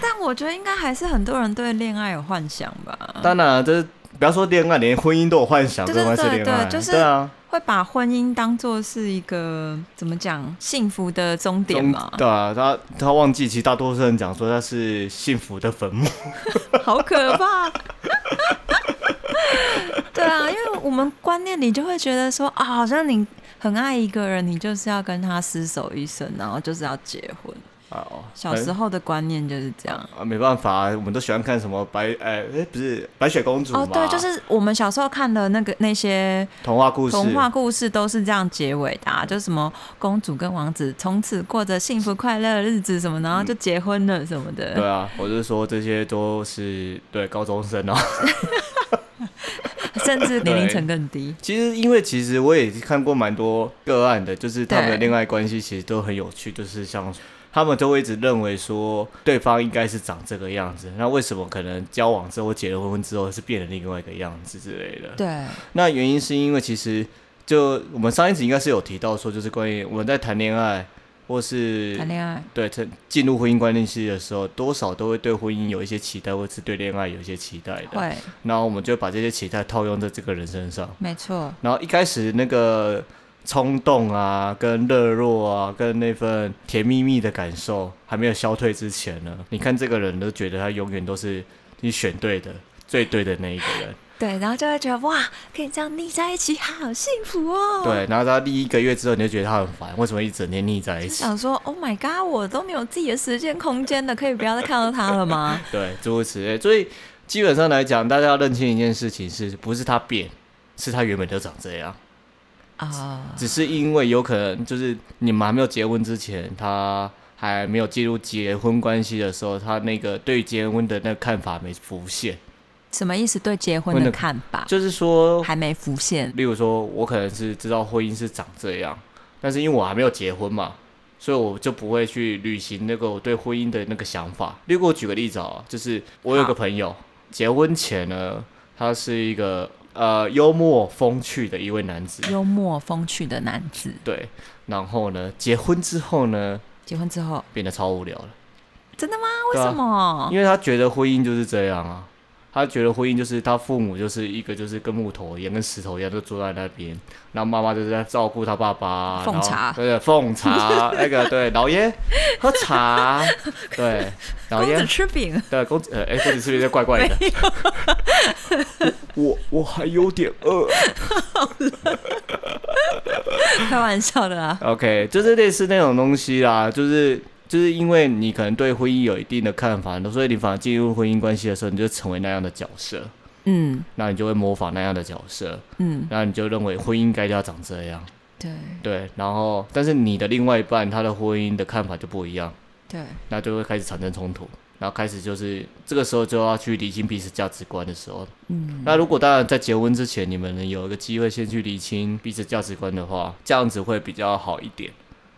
Speaker 1: 但我觉得应该还是很多人对恋爱有幻想吧，
Speaker 2: 当然啊，这是不要说恋爱，连婚姻都有幻想，
Speaker 1: 对
Speaker 2: 何况
Speaker 1: 对对
Speaker 2: 恋爱？
Speaker 1: 对就是
Speaker 2: 对啊，
Speaker 1: 会把婚姻当做是一个怎么讲幸福的终点
Speaker 2: 中
Speaker 1: 嘛，
Speaker 2: 对啊，他他忘记，其实大多数人讲说他是幸福的坟墓，
Speaker 1: 好可怕。 *laughs* 对啊，因为我们观念里就会觉得说啊，好像你很爱一个人，你就是要跟他厮守一生，然后就是要结婚。
Speaker 2: 啊哦，
Speaker 1: 小时候的观念就是这样。
Speaker 2: 啊，没办法啊，我们都喜欢看什么白，哎、哎，不是白雪公主嘛，
Speaker 1: 哦，对，就是我们小时候看的那个那些
Speaker 2: 童话故事，嗯
Speaker 1: 童话故事都是这样结尾的、啊，就是什么公主跟王子从此过着幸福快乐的日子什么，然后就结婚了什么的。
Speaker 2: 对啊，我是说这些都是对高中生啊。
Speaker 1: *laughs*
Speaker 2: *laughs*
Speaker 1: 甚至年龄层更低。
Speaker 2: 其实，因为其实我也看过蛮多个案的，就是他们的
Speaker 1: 对
Speaker 2: 恋爱关系其实都很有趣，就是像他们都会一直认为说对方应该是长这个样子，那为什么可能交往之后、结了婚之后是变成另外一个样子之类的？
Speaker 1: 对，
Speaker 2: 那原因是因为其实就我们上一集应该是有提到说，就是关于我们在谈恋爱，或是
Speaker 1: 谈恋爱，
Speaker 2: 对，这进入婚姻关系的时候，多少都会对婚姻有一些期待，或是对恋爱有一些期待的。
Speaker 1: 会，
Speaker 2: 然后我们就把这些期待套用在这个人身上。
Speaker 1: 没错，
Speaker 2: 然后一开始那个冲动啊，跟热络啊，跟那份甜蜜蜜的感受还没有消退之前呢，你看这个人都觉得他永远都是你选对的、最对的那一个人。
Speaker 1: 对，然后就会觉得哇，可以这样腻在一起，好幸福哦。，
Speaker 2: 对，然后他第一个月之后，你就觉得他很烦，为什么一整天腻在一
Speaker 1: 就
Speaker 2: 起？
Speaker 1: 想说，Oh my god，我都没有自己的时间空间的，可以不要再看到他了吗？ *laughs*
Speaker 2: 对，诸如此类。所以基本上来讲，大家要认清一件事情是，不是他变，是他原本就长这样。
Speaker 1: 啊、
Speaker 2: 只是因为有可能就是你们还没有结婚之前，他还没有进入结婚关系的时候，他那个对结婚的那个看法没浮现。
Speaker 1: 什么意思？对结婚
Speaker 2: 婚
Speaker 1: 的
Speaker 2: 的
Speaker 1: 看法
Speaker 2: 就是说，
Speaker 1: 还没浮现
Speaker 2: 例如说，我可能是知道婚姻是长这样，但是因为我还没有结婚嘛，所以我就不会去履行那个我对婚姻的那个想法。例如，我举个例子啊，就是我有
Speaker 1: 好
Speaker 2: 个朋友，结婚前呢，他是一个呃幽默风趣的一位男子，
Speaker 1: 幽默风趣的男子，
Speaker 2: 对，然后呢，结婚之后呢，
Speaker 1: 结婚之后
Speaker 2: 变得超无聊了。
Speaker 1: 真的吗？为
Speaker 2: 对啊
Speaker 1: 什么？
Speaker 2: 因为他觉得婚姻就是这样啊，他觉得婚姻就是他父母就是一个就是跟木头一样，跟石头一样，就坐在那边，然后妈妈就是在照顾他爸爸，
Speaker 1: 奉
Speaker 2: 然后
Speaker 1: 茶
Speaker 2: 对对，
Speaker 1: *laughs*
Speaker 2: 奉茶那个对老爷喝茶，对老
Speaker 1: 公
Speaker 2: 爷
Speaker 1: 子吃饼， *laughs*
Speaker 2: 对公子呃哎公子是不是怪怪的？ *laughs* 我我还有点饿。
Speaker 1: 开玩笑的啊啦。
Speaker 2: OK，就是类似那种东西啦，就是就是因为你可能对婚姻有一定的看法，所以你反而进入婚姻关系的时候，你就成为那样的角色。
Speaker 1: 嗯
Speaker 2: 那你就会模仿那样的角色，
Speaker 1: 嗯，
Speaker 2: 然后你就认为婚姻该要长这样，
Speaker 1: 对
Speaker 2: 对，然后但是你的另外一半他的婚姻的看法就不一样，
Speaker 1: 对，
Speaker 2: 那就会开始产生冲突，然后开始就是这个时候就要去理清彼此价值观的时候。
Speaker 1: 嗯
Speaker 2: 那如果当然在结婚之前你们能有一个机会先去理清彼此价值观的话，这样子会比较好一点。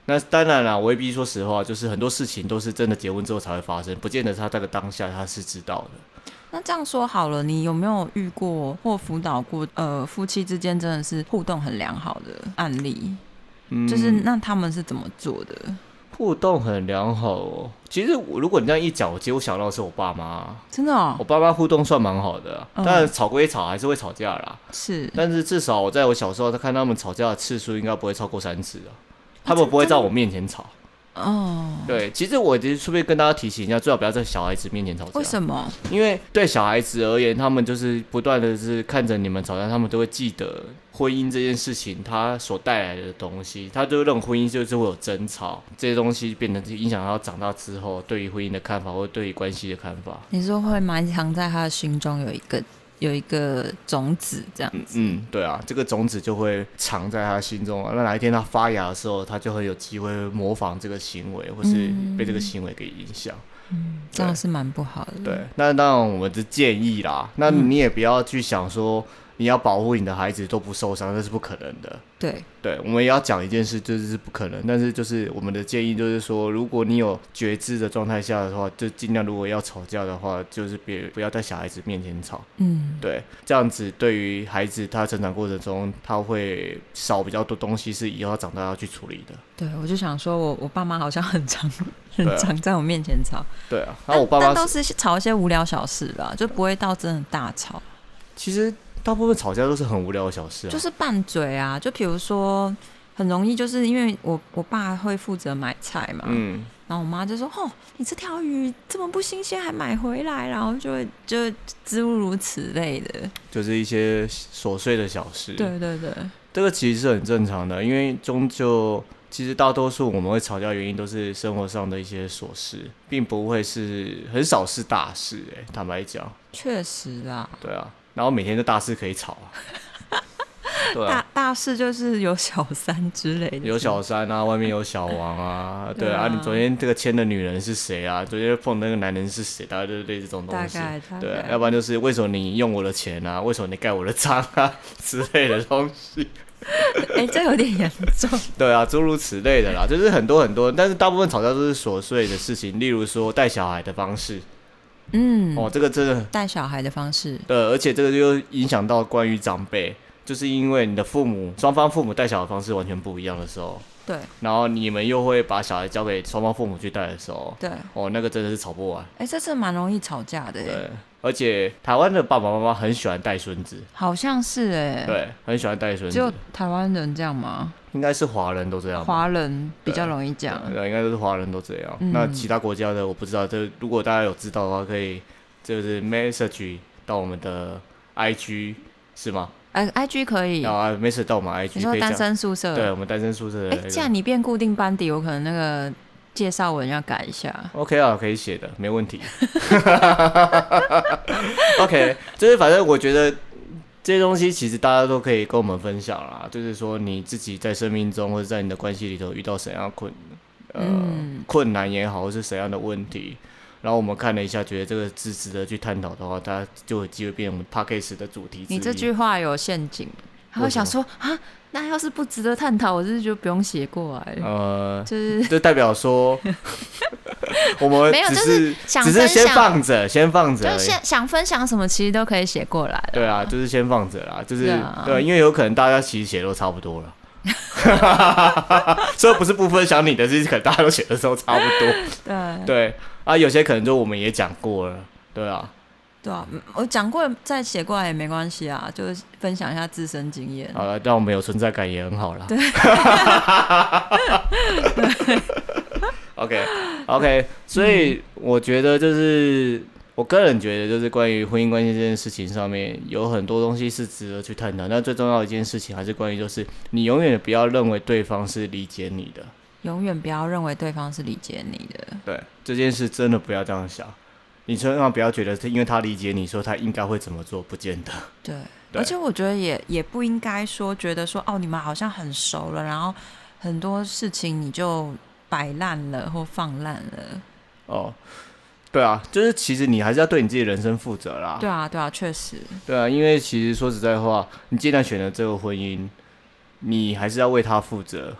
Speaker 2: 那当然啦，我未必说实话，就是很多事情都是真的结婚之后才会发生，不见得他这个当下他是知道的。
Speaker 1: 那这样说好了，你有没有遇过或辅导过呃夫妻之间真的是互动很良好的案例？
Speaker 2: 嗯
Speaker 1: 就是那他们是怎么做的？
Speaker 2: 互动很良好哦。其实我如果你这样一讲，我几乎想到的是我爸妈。
Speaker 1: 真的哦
Speaker 2: 我，爸妈互动算蛮好的啊，
Speaker 1: 嗯
Speaker 2: 当然吵归吵，还是会吵架啦。
Speaker 1: 是
Speaker 2: 但是至少我在我小时候，他看他们吵架的次数应该不会超过三次啊。他
Speaker 1: 真
Speaker 2: 们
Speaker 1: 的
Speaker 2: 不会在我面前吵。
Speaker 1: 哦，
Speaker 2: 对，其实我其实顺便跟大家提醒一下，最好不要在小孩子面前吵架。
Speaker 1: 为什么？
Speaker 2: 因为对小孩子而言，他们就是不断的是看着你们吵架，他们都会记得婚姻这件事情它所带来的东西，他就会认为婚姻就是会有争吵，这些东西变成影响到长大之后对于婚姻的看法或对于关系的看法。
Speaker 1: 你说会埋藏在他的心中有一个有一个种子这样子？
Speaker 2: 嗯，对啊，这个种子就会藏在他心中啊。那哪一天他发芽的时候，他就会有机会模仿这个行为，或是被这个行为给影响。
Speaker 1: 这样是蛮不好的。
Speaker 2: 对，那当然我们的建议啦，那
Speaker 1: 嗯
Speaker 2: 你也不要去想说你要保护你的孩子都不受伤，那是不可能的。
Speaker 1: 对，
Speaker 2: 对，我们也要讲一件事，就是是不可能，但是就是我们的建议就是说，如果你有觉知的状态下的话，就尽量如果要吵架的话，就是别不要在小孩子面前吵。
Speaker 1: 嗯，
Speaker 2: 对，这样子对于孩子他成长过程中，他会少比较多东西，是以后他长大要去处理的。
Speaker 1: 对，我就想说我我爸妈好像很常很
Speaker 2: 对啊
Speaker 1: 常在我面前吵，
Speaker 2: 对啊，然
Speaker 1: 但
Speaker 2: 后我爸
Speaker 1: 但
Speaker 2: 爸
Speaker 1: 都
Speaker 2: 是
Speaker 1: 是吵一些无聊小事啦，就不会到真的大吵。
Speaker 2: 其实大部分吵架都是很无聊的小事啊，
Speaker 1: 就是拌嘴啊，就比如说很容易，就是因为我我爸会负责买菜嘛，
Speaker 2: 嗯，
Speaker 1: 然后我妈就说：“哦，你这条鱼这么不新鲜，还买回来？”然后就会就诸如此类的。
Speaker 2: 就是一些琐碎的小事。
Speaker 1: 对对对，
Speaker 2: 这个其实是很正常的，因为终究其实大多数我们会吵架的原因都是生活上的一些琐事，并不会是很少是大事、欸。坦白讲，
Speaker 1: 确实啦，
Speaker 2: 对啊，然后每天都大事可
Speaker 1: *laughs*
Speaker 2: 以吵啊，对啊
Speaker 1: 大。大事就是有小三之类的，
Speaker 2: 有小三啊，外面有小
Speaker 1: *laughs*
Speaker 2: 王啊，
Speaker 1: 对
Speaker 2: 对啊，
Speaker 1: 啊
Speaker 2: 你昨天这个牵的女人是谁啊？昨天碰那个男人是谁？大家就是类似这种
Speaker 1: 大
Speaker 2: 东西，
Speaker 1: 概大
Speaker 2: 对啊，
Speaker 1: 概
Speaker 2: 要不然就是为什么你用我的钱啊？为什么你盖我的章啊 *laughs* 之类的东西。
Speaker 1: 哎、这有点严重。
Speaker 2: 对啊，诸如此类的啦，就是很多很多，但是大部分吵架都是琐碎的事情，例如说带小孩的方式，
Speaker 1: 嗯，
Speaker 2: 哦，这个真的，
Speaker 1: 带小孩的方式，
Speaker 2: 呃，而且这个就影响到关于长辈，就是因为你的父母双方父母带小孩的方式完全不一样的时候，
Speaker 1: 对
Speaker 2: 然后你们又会把小孩交给双方父母去带的时候，
Speaker 1: 对，
Speaker 2: 哦，那个真的是吵不完。
Speaker 1: 哎，这次蛮容易吵架的耶，
Speaker 2: 对，而且台湾的爸爸妈妈很喜欢带孙子，
Speaker 1: 好像是哎，
Speaker 2: 对，很喜欢带孙
Speaker 1: 只有
Speaker 2: 子，
Speaker 1: 台湾人这样吗？
Speaker 2: 应该是华人都这样吧。
Speaker 1: 华人比较容易这样，
Speaker 2: 对，应该都是华人都这样。
Speaker 1: 嗯
Speaker 2: 那其他国家的我不知道，这如果大家有知道的话，可以就是 message 到我们
Speaker 1: 嗯
Speaker 2: 的 IG 是吗？
Speaker 1: 哎，IG 可以
Speaker 2: 然，后啊 message 到我们 IG
Speaker 1: 你说
Speaker 2: 哦可以
Speaker 1: 单
Speaker 2: 讲，
Speaker 1: 身宿舍，
Speaker 2: 对我们单身宿舍的
Speaker 1: 哎、
Speaker 2: 那
Speaker 1: 既
Speaker 2: 个
Speaker 1: 然你变固定班底，我可能那个介绍文要改一下。
Speaker 2: OK 啊，可以写的，没问题。OK，就是反正我觉得这些东西其实大家都可以跟我们分享啦，就是说你自己在生命中或者在你的关系里头遇到怎样的困呃、
Speaker 1: 嗯
Speaker 2: 困难也好，或是怎样的问题。然后我们看了一下，觉得这个是值得去探讨的话，它就有机会变成我们 p a c k a g e 的主题之一。
Speaker 1: 你这句话有陷阱，他会
Speaker 2: 为什么
Speaker 1: 想说啊，那要是不值得探讨，我是就不用写过来了。
Speaker 2: 呃， *laughs*
Speaker 1: 就是
Speaker 2: 就代表说我们
Speaker 1: 没有
Speaker 2: 只
Speaker 1: 就是想
Speaker 2: 只是
Speaker 1: 分
Speaker 2: 先
Speaker 1: 享
Speaker 2: 放着，先放着
Speaker 1: 就
Speaker 2: 而
Speaker 1: 是
Speaker 2: 已。
Speaker 1: 想想分享什么，其实都可以写过来了。
Speaker 2: 对啊，就是先放着啦，就是
Speaker 1: 对啊
Speaker 2: 对，因为有可能大家其实写都差不多了。 *laughs* 所以不是不分享你的，是可能大家都写的时候差不
Speaker 1: *laughs*
Speaker 2: 多。
Speaker 1: 对
Speaker 2: 对啊，有些可能就我们也讲过了，对啊，
Speaker 1: 对啊，嗯我讲过再写过来也没关系啊，就是分享一下自身经验。
Speaker 2: 好了，让我们有存在感也很好啦。对 *laughs* ，OK OK，所以我觉得就是我个人觉得就是关于婚姻关系这件事情上面有很多东西是值得去探讨。那最重要的一件事情还是关于就是你永远不要认为对方是理解你的，
Speaker 1: 永远不要认为对方是理解你的，
Speaker 2: 对这件事真的不要这样想。你千万不要觉得是因为他理解你说他应该会怎么做，不见得。
Speaker 1: 对。
Speaker 2: 对
Speaker 1: 而且我觉得也也不应该说觉得说哦，你们好像很熟了，然后很多事情你就摆烂了或放烂了。
Speaker 2: 哦，对啊，就是其实你还是要对你自己的人生负责啦。
Speaker 1: 对啊，对啊，确实，
Speaker 2: 对啊，因为其实说实在话，你既然选择这个婚姻，你还是要为他负责，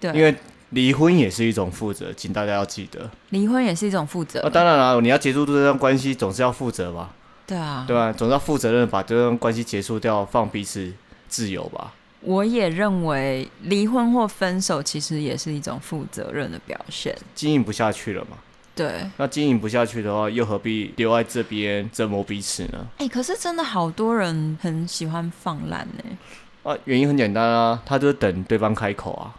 Speaker 1: 对，
Speaker 2: 因为离婚也是一种负责，请大家要记得。
Speaker 1: 离婚也是一种负责
Speaker 2: 那、，当然了，你要结束这段关系，总是要负责吧，
Speaker 1: 对啊，
Speaker 2: 对吧、总是要负责任地把这段关系结束掉，放彼此自由吧。
Speaker 1: 我也认为离婚或分手其实也是一种负责任的表现，
Speaker 2: 经营不下去了嘛，
Speaker 1: 对，哎、
Speaker 2: 那经营不下去的话，又何必留在这边折磨彼此呢？
Speaker 1: 哎可是真的好多人很喜欢放烂欸呢、
Speaker 2: 啊，原因很简单啊，他就是等对方开口啊。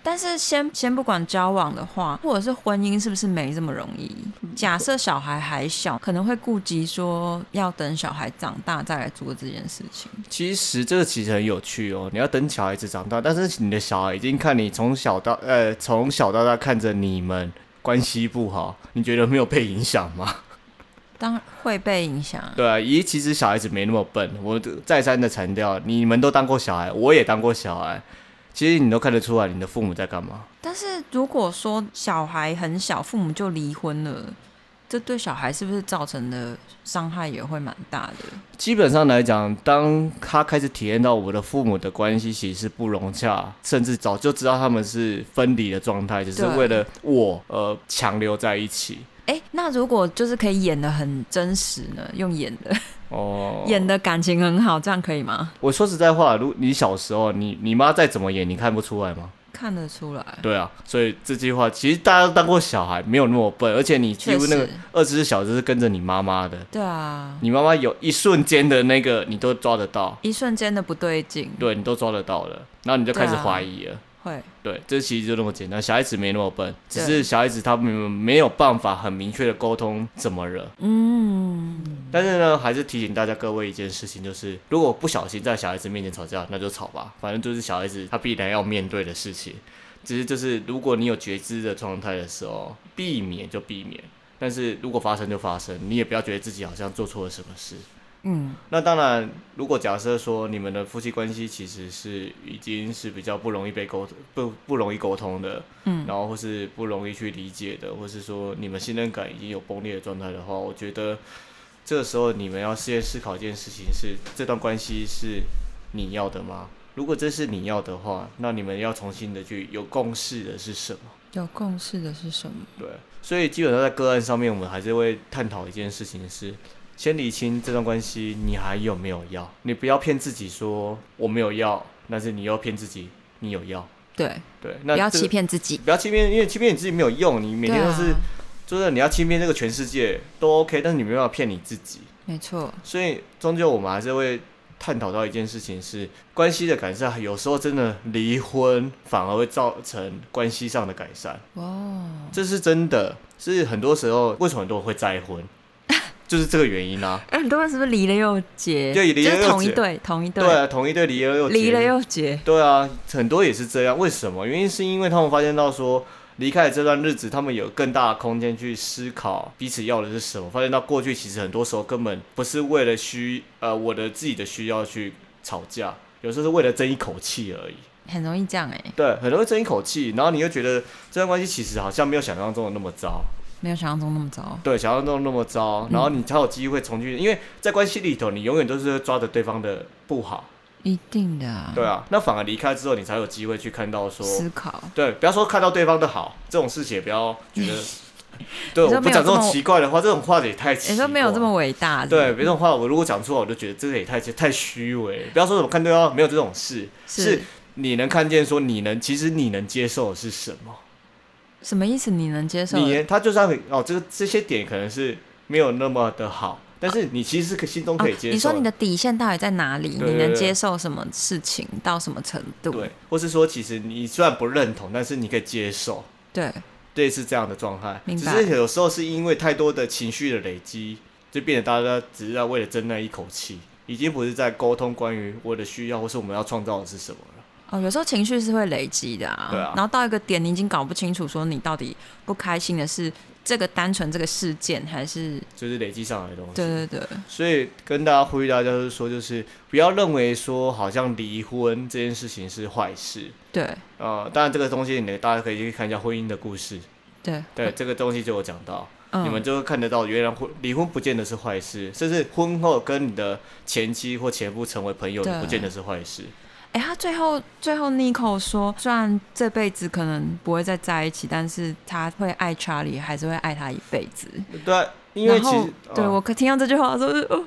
Speaker 1: 但是先先不管交往的话，或者是婚姻，是不是没这么容易？
Speaker 2: 嗯
Speaker 1: 假设小孩还小，可能会顾及说要等小孩长大再来做这件事情。
Speaker 2: 其实这个其实很有趣哦，你要等小孩子长大，但是你的小孩已经看你从小到呃从小到大看着你们关系不好，你觉得没有被影响吗？
Speaker 1: 当会被影响，
Speaker 2: *laughs* 对啊，咦，其实小孩子没那么笨，我再三的强调，你们都当过小孩，我也当过小孩，其实你都看得出来你的父母在干嘛。
Speaker 1: 但是如果说小孩很小，父母就离婚了，这对小孩是不是造成的伤害也会蛮大的？
Speaker 2: 基本上来讲，当他开始体验到我的父母的关系其实是不融洽，甚至早就知道他们是分离的状态，只是
Speaker 1: 对
Speaker 2: 为了我呃强留在一起。
Speaker 1: 哎，那如果就是可以演的很真实呢？用演的，
Speaker 2: 哦，
Speaker 1: 演的感情很好，这样可以吗？
Speaker 2: 我说实在话，如你小时候，你你妈再怎么演，你看不出来吗？
Speaker 1: 看得出来，
Speaker 2: 对啊，所以这句话其实大家都当过小孩，没有那么笨，而且你几
Speaker 1: 确
Speaker 2: 乎那个
Speaker 1: 实，
Speaker 2: 二十四小时是跟着你妈妈的，
Speaker 1: 对啊，
Speaker 2: 你妈妈有一瞬间的那个你都抓得到，
Speaker 1: 一瞬间的不对劲，
Speaker 2: 对你都抓得到了，然后你就开始
Speaker 1: 对啊
Speaker 2: 怀疑了。
Speaker 1: 会，
Speaker 2: 对，这其实就那么简单。小孩子没那么笨，只
Speaker 1: 对
Speaker 2: 是小孩子他们没有办法很明确的沟通怎么了。
Speaker 1: 嗯，
Speaker 2: 但是呢，还是提醒大家各位一件事情，就是如果不小心在小孩子面前吵架，那就吵吧，反正就是小孩子他必然要面对的事情。只是就是如果你有觉知的状态的时候，避免就避免。但是如果发生就发生，你也不要觉得自己好像做错了什么事。
Speaker 1: 嗯，
Speaker 2: 那当然，如果假设说你们的夫妻关系其实是已经是比较不容易被沟不不容易沟通的，
Speaker 1: 嗯
Speaker 2: 然后或是不容易去理解的，或是说你们信任感已经有崩裂的状态的话，我觉得这个时候你们要先思考一件事情是：这段关系是你要的吗？如果这是你要的话，那你们要重新的去有共识的是什么？
Speaker 1: 有共识的是什么？
Speaker 2: 对，所以基本上在个案上面，我们还是会探讨一件事情是，先理清这段关系你还有没有要，你不要骗自己说我没有要，但是你又骗自己你有要。
Speaker 1: 对，
Speaker 2: 对，那
Speaker 1: 不要
Speaker 2: 这
Speaker 1: 欺，骗自己。
Speaker 2: 不要欺骗，因为欺骗你自己没有用，你每
Speaker 1: 对
Speaker 2: 天都
Speaker 1: 啊，
Speaker 2: 是，就是你要欺骗这个全世界都 OK，但是你没办法骗你自己。
Speaker 1: 没错，
Speaker 2: 所以终究我们还是会探讨到一件事情是关系的改善，有时候真的离婚反而会造成关系上的改善，
Speaker 1: 哦，
Speaker 2: 这是真的，是很多时候为什么很多人会再婚，就是这个原因啊。
Speaker 1: 哎，很多人是不是离了又结？
Speaker 2: 对离了
Speaker 1: 就是
Speaker 2: 又
Speaker 1: 同一
Speaker 2: 结
Speaker 1: 对，同一
Speaker 2: 对
Speaker 1: 对，
Speaker 2: 啊，同一对离了又结
Speaker 1: 离了又结。
Speaker 2: 对啊，很多也是这样。为什么？原因是因为他们发现到说，离开了这段日子，他们有更大的空间去思考彼此要的是什么。发现到过去其实很多时候根本不是为了需呃我的自己的需要去吵架，有时候是为了争一口气而已。
Speaker 1: 很容易这样哎、
Speaker 2: 对，很容易争一口气，然后你又觉得这段关系其实好像没有想象中的那么糟。
Speaker 1: 没有想象中那么糟。
Speaker 2: 对，想象中那么
Speaker 1: 嗯
Speaker 2: 糟，然后你才有机会重去，因为在关系里头，你永远都是会抓着对方的不好。
Speaker 1: 一定的、啊
Speaker 2: 对啊，那反而离开之后，你才有机会去看到说
Speaker 1: 思考。
Speaker 2: 对，不要说看到对方的好，这种事情也不要
Speaker 1: *laughs*
Speaker 2: 觉得。对，
Speaker 1: 你说
Speaker 2: 我不
Speaker 1: 没有
Speaker 2: 讲这
Speaker 1: 这
Speaker 2: 种
Speaker 1: 么
Speaker 2: 奇怪的话，这种话也太奇怪。
Speaker 1: 你说没有这么伟大是不
Speaker 2: 对，
Speaker 1: 是，
Speaker 2: 别这种话，我如果讲出来，我就觉得这个也太太虚伪。不要说什么看对方没有这种事，
Speaker 1: 是
Speaker 2: 是你能看见说你能，其实你能接受的是什么？
Speaker 1: 什么意思？你能接受？
Speaker 2: 你他就算哦，这个这些点可能是没有那么的好，但是你其实是可心中
Speaker 1: 哦
Speaker 2: 可以接受、啊
Speaker 1: 你说你的底线到底在哪里？
Speaker 2: 对
Speaker 1: 你能
Speaker 2: 对
Speaker 1: 接受什么事情到什么程度？
Speaker 2: 对，或是说其实你虽然不认同，但是你可以接受。
Speaker 1: 对
Speaker 2: 类似这样的状态。
Speaker 1: 明
Speaker 2: 只
Speaker 1: 白
Speaker 2: 是有时候是因为太多的情绪的累积，就变得大家只是在为了争那一口气，已经不是在沟通关于我的需要或是我们要创造的是什么了。
Speaker 1: 哦，有时候情绪是会累积的啊。
Speaker 2: 对啊
Speaker 1: 然后到一个点，你已经搞不清楚，说你到底不开心的是这个单纯这个事件，还是
Speaker 2: 就是累积上来的东西，
Speaker 1: 对对对，
Speaker 2: 所以跟大家呼吁大家就是说，就是不要认为说好像离婚这件事情是坏事，
Speaker 1: 对
Speaker 2: 呃，当然这个东西你大家可以去看一下婚姻的故事，
Speaker 1: 对
Speaker 2: 对，这个东西就有讲到，
Speaker 1: 嗯，
Speaker 2: 你们就会看得到，原来婚离婚不见得是坏事，甚至婚后跟你的前妻或前夫成为朋友，
Speaker 1: 对
Speaker 2: 也不见得是坏事。
Speaker 1: 哎、他最后最后 n i c o 说，虽然这辈子可能不会再在一起，但是他会爱 Charlie，还是会爱他一辈子。
Speaker 2: 对啊，因为
Speaker 1: 然
Speaker 2: 其
Speaker 1: 后
Speaker 2: 实
Speaker 1: 对
Speaker 2: 呃
Speaker 1: 我可听到这句话的时候 *laughs* 就是，哦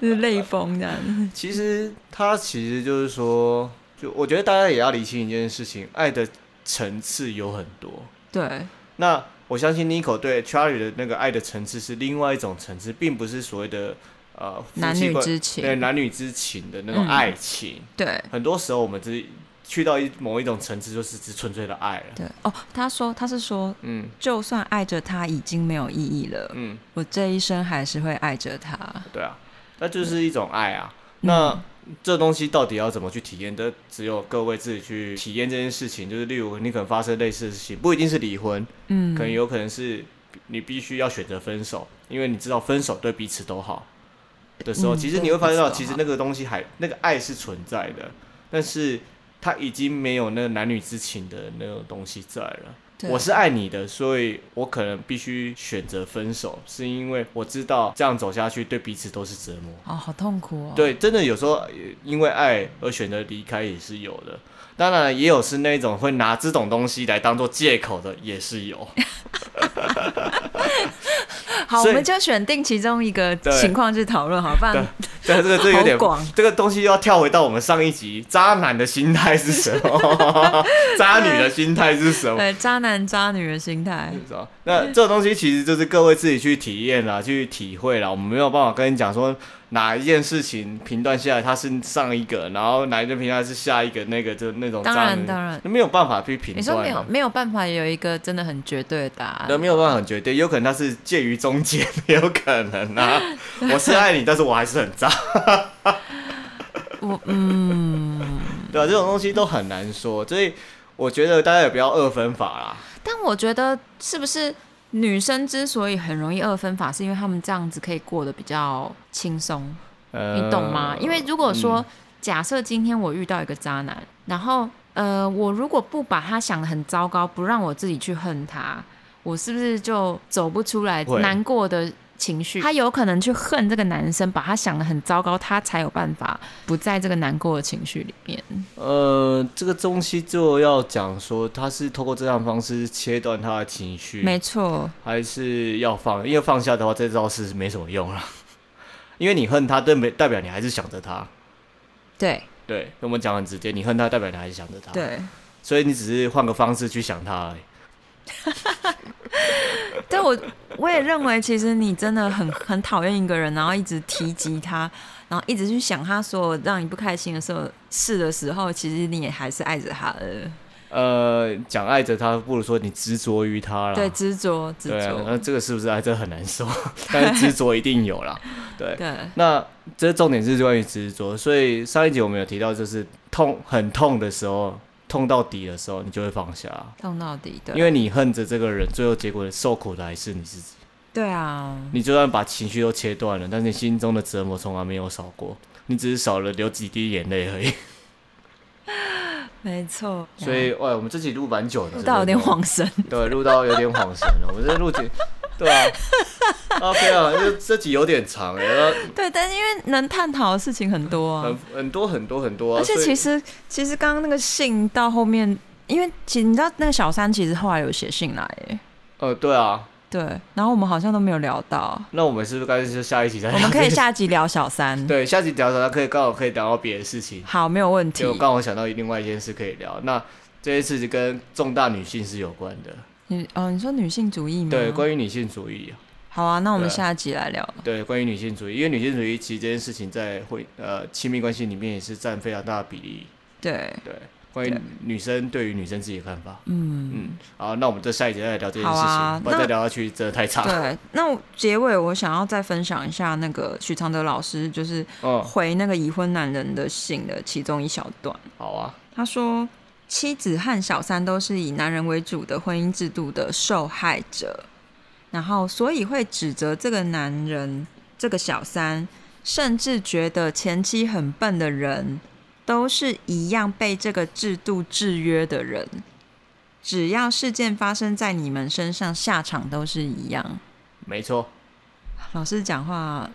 Speaker 1: 就是泪崩这样。
Speaker 2: 其实他其实就是说，就我觉得大家也要理清一件事情，爱的层次有很多。
Speaker 1: 对，
Speaker 2: 那我相信 Nico 对 Charlie 的那个爱的层次是另外一种层次，并不是所谓的呃夫妻
Speaker 1: 男女
Speaker 2: 关
Speaker 1: 之情
Speaker 2: 对男女之情的那种
Speaker 1: 嗯
Speaker 2: 爱情。
Speaker 1: 对，
Speaker 2: 很多时候我们只去到一某一种层次，就是只纯粹的爱了。
Speaker 1: 对。哦，他说他是说，
Speaker 2: 嗯
Speaker 1: 就算爱着他已经没有意义了，
Speaker 2: 嗯。
Speaker 1: 我这一生还是会爱着他。
Speaker 2: 对啊，那就是一种爱啊。
Speaker 1: 嗯
Speaker 2: 那这东西到底要怎么去体验的？只有各位自己去体验这件事情。就是例如你可能发生类似的事情，不一定是离婚，
Speaker 1: 嗯，
Speaker 2: 可能有可能是你必须要选择分手，因为你知道分手对彼此都好的时候，
Speaker 1: 嗯
Speaker 2: 其实
Speaker 1: 对
Speaker 2: 你会发现到，
Speaker 1: 彼此都好
Speaker 2: 其实那个东西还那个爱是存在的，但是它已经没有那个男女之情的那种东西在了。
Speaker 1: 对
Speaker 2: 我是爱你的，所以我可能必须选择分手，是因为我知道这样走下去对彼此都是折磨。
Speaker 1: 哦，好痛苦哦。，
Speaker 2: 对，真的有时候呃因为爱而选择离开也是有的，当然也有是那种会拿这种东西来当做借口的，也是
Speaker 1: *laughs*
Speaker 2: 有。
Speaker 1: 好，
Speaker 2: 所
Speaker 1: 我
Speaker 2: 以
Speaker 1: 们就选定其中一个
Speaker 2: 对
Speaker 1: 情况去讨论，好，不
Speaker 2: 对
Speaker 1: 然
Speaker 2: 对，这个这个有
Speaker 1: 好
Speaker 2: 点
Speaker 1: 广
Speaker 2: 这个东西又要跳回到我们上一集，渣男的心态是什
Speaker 1: *laughs*
Speaker 2: 么？渣女的心态是什么？
Speaker 1: 对渣男渣女的心态。
Speaker 2: 是吧那
Speaker 1: 嗯
Speaker 2: 这种东西其实就是各位自己去体验啦，去体会啦。我们没有办法跟你讲说哪一件事情评断下来它是上一个，然后哪一件评断是下一个，那个就那种渣
Speaker 1: 当然
Speaker 2: 男
Speaker 1: 当然
Speaker 2: 没有办法去评
Speaker 1: 你
Speaker 2: 断
Speaker 1: 说
Speaker 2: 啊。
Speaker 1: 没有没有办法有一个真的很绝对的答案
Speaker 2: 对，，没有办法很绝对，有可能他是介于中间，也有可能
Speaker 1: *laughs*
Speaker 2: 啊。我是爱你，但是我还是很渣。
Speaker 1: 我嗯，
Speaker 2: 对啊，这种东西都很难说，所以我觉得大家也不要二分法啦。
Speaker 1: 但我觉得是不是女生之所以很容易二分法，是因为她们这样子可以过得比较轻松，
Speaker 2: 呃，
Speaker 1: 你懂吗？因为如果说、嗯假设今天我遇到一个渣男，然后呃，我如果不把他想得很糟糕，不让我自己去恨他，我是不是就走不出来
Speaker 2: 会
Speaker 1: 难过的？情绪，他有可能去恨这个男生，把他想得很糟糕，他才有办法不在这个难过的情绪里面。
Speaker 2: 呃，这个东西就要讲说，他是透过这样的方式切断他的情绪，
Speaker 1: 没错，
Speaker 2: 还是要放？因为放下的话，这招是没什么用了。啊 *laughs* 因为你恨他，代表代表你还是想着他。
Speaker 1: 对
Speaker 2: 对，我们讲很直接，你恨他，代表你还是想着他。，
Speaker 1: 对，
Speaker 2: 所以你只是换个方式去想他而已。
Speaker 1: 但我我也认为，其实你真的很很讨厌一个人，然后一直提及他，然后一直去想他所有让你不开心的时候事的时候，其实你也还是爱着他的，
Speaker 2: 呃，讲爱着他，不如说你执着于他啦。
Speaker 1: 对，执着执
Speaker 2: 啊对啊，
Speaker 1: 着，
Speaker 2: 那这个是不是还真的很难说？ *laughs* 但是执着一定有啦。对，
Speaker 1: 对
Speaker 2: 那这重点是关于执着，所以上一集我们有提到，就是痛很痛的时候，痛到底的时候，你就会放下，
Speaker 1: 痛到底，对，
Speaker 2: 因为你恨着这个人，最后结果受苦的还是你自己。
Speaker 1: 对啊，
Speaker 2: 你就算把情绪都切断了，但是你心中的折磨从来没有少过，你只是少了流几滴眼泪而已。
Speaker 1: 没错，
Speaker 2: *laughs* 所以，喂，我们这集录蛮久的，
Speaker 1: 录到有点
Speaker 2: 真的
Speaker 1: 晃神， *laughs*
Speaker 2: 对，录到有点恍神了。我这录节，对啊，OK 啊，这这集有点长哎、然后
Speaker 1: 对，但是因为能探讨的事情很多啊，
Speaker 2: 很很多很多很多、啊，
Speaker 1: 而且
Speaker 2: 所
Speaker 1: 其
Speaker 2: 以
Speaker 1: 实其实刚刚那个信到后面，因为其实你知道那个小三其实后来有写信来，哎，
Speaker 2: 呃，对啊，
Speaker 1: 对，然后我们好像都没有聊到，
Speaker 2: 那我们是不是干脆就下一集再聊？
Speaker 1: *laughs* 我们可以下集聊小三，
Speaker 2: *laughs* 对下集聊聊，可以刚好可以聊到别的
Speaker 1: *laughs*
Speaker 2: 事情，
Speaker 1: 好，没有问题
Speaker 2: 就。刚好想到另外一件事可以聊。那这件事情跟重大女性是有关的，
Speaker 1: 你哦，你说女性主义吗？
Speaker 2: 对，关于女性主义啊。
Speaker 1: 好啊，那我们
Speaker 2: 对啊
Speaker 1: 下集来聊。
Speaker 2: 对，关于女性主义，因为女性主义其实这件事情
Speaker 1: 嗯
Speaker 2: 在会呃亲密关系里面也是占非常大的比例。
Speaker 1: 对，
Speaker 2: 对，关于
Speaker 1: 对
Speaker 2: 女生对于女生自己的看法。
Speaker 1: 嗯，
Speaker 2: 嗯，好，那我们就下一节再来聊这件事
Speaker 1: 好
Speaker 2: 情，
Speaker 1: 啊
Speaker 2: 不然
Speaker 1: 那
Speaker 2: 再聊下去真的太长。
Speaker 1: 对。那我结尾我想要再分享一下那个许常德老师，就是
Speaker 2: 嗯，
Speaker 1: 回那个已婚男人的信的其中一小段。
Speaker 2: 好啊，
Speaker 1: 他说，妻子和小三都是以男人为主的婚姻制度的受害者，然后所以会指责这个男人、这个小三，甚至觉得前妻很笨的人，都是一样被这个制度制约的人。只要事件发生在你们身上，下场都是一样。
Speaker 2: 没错，
Speaker 1: 老师讲话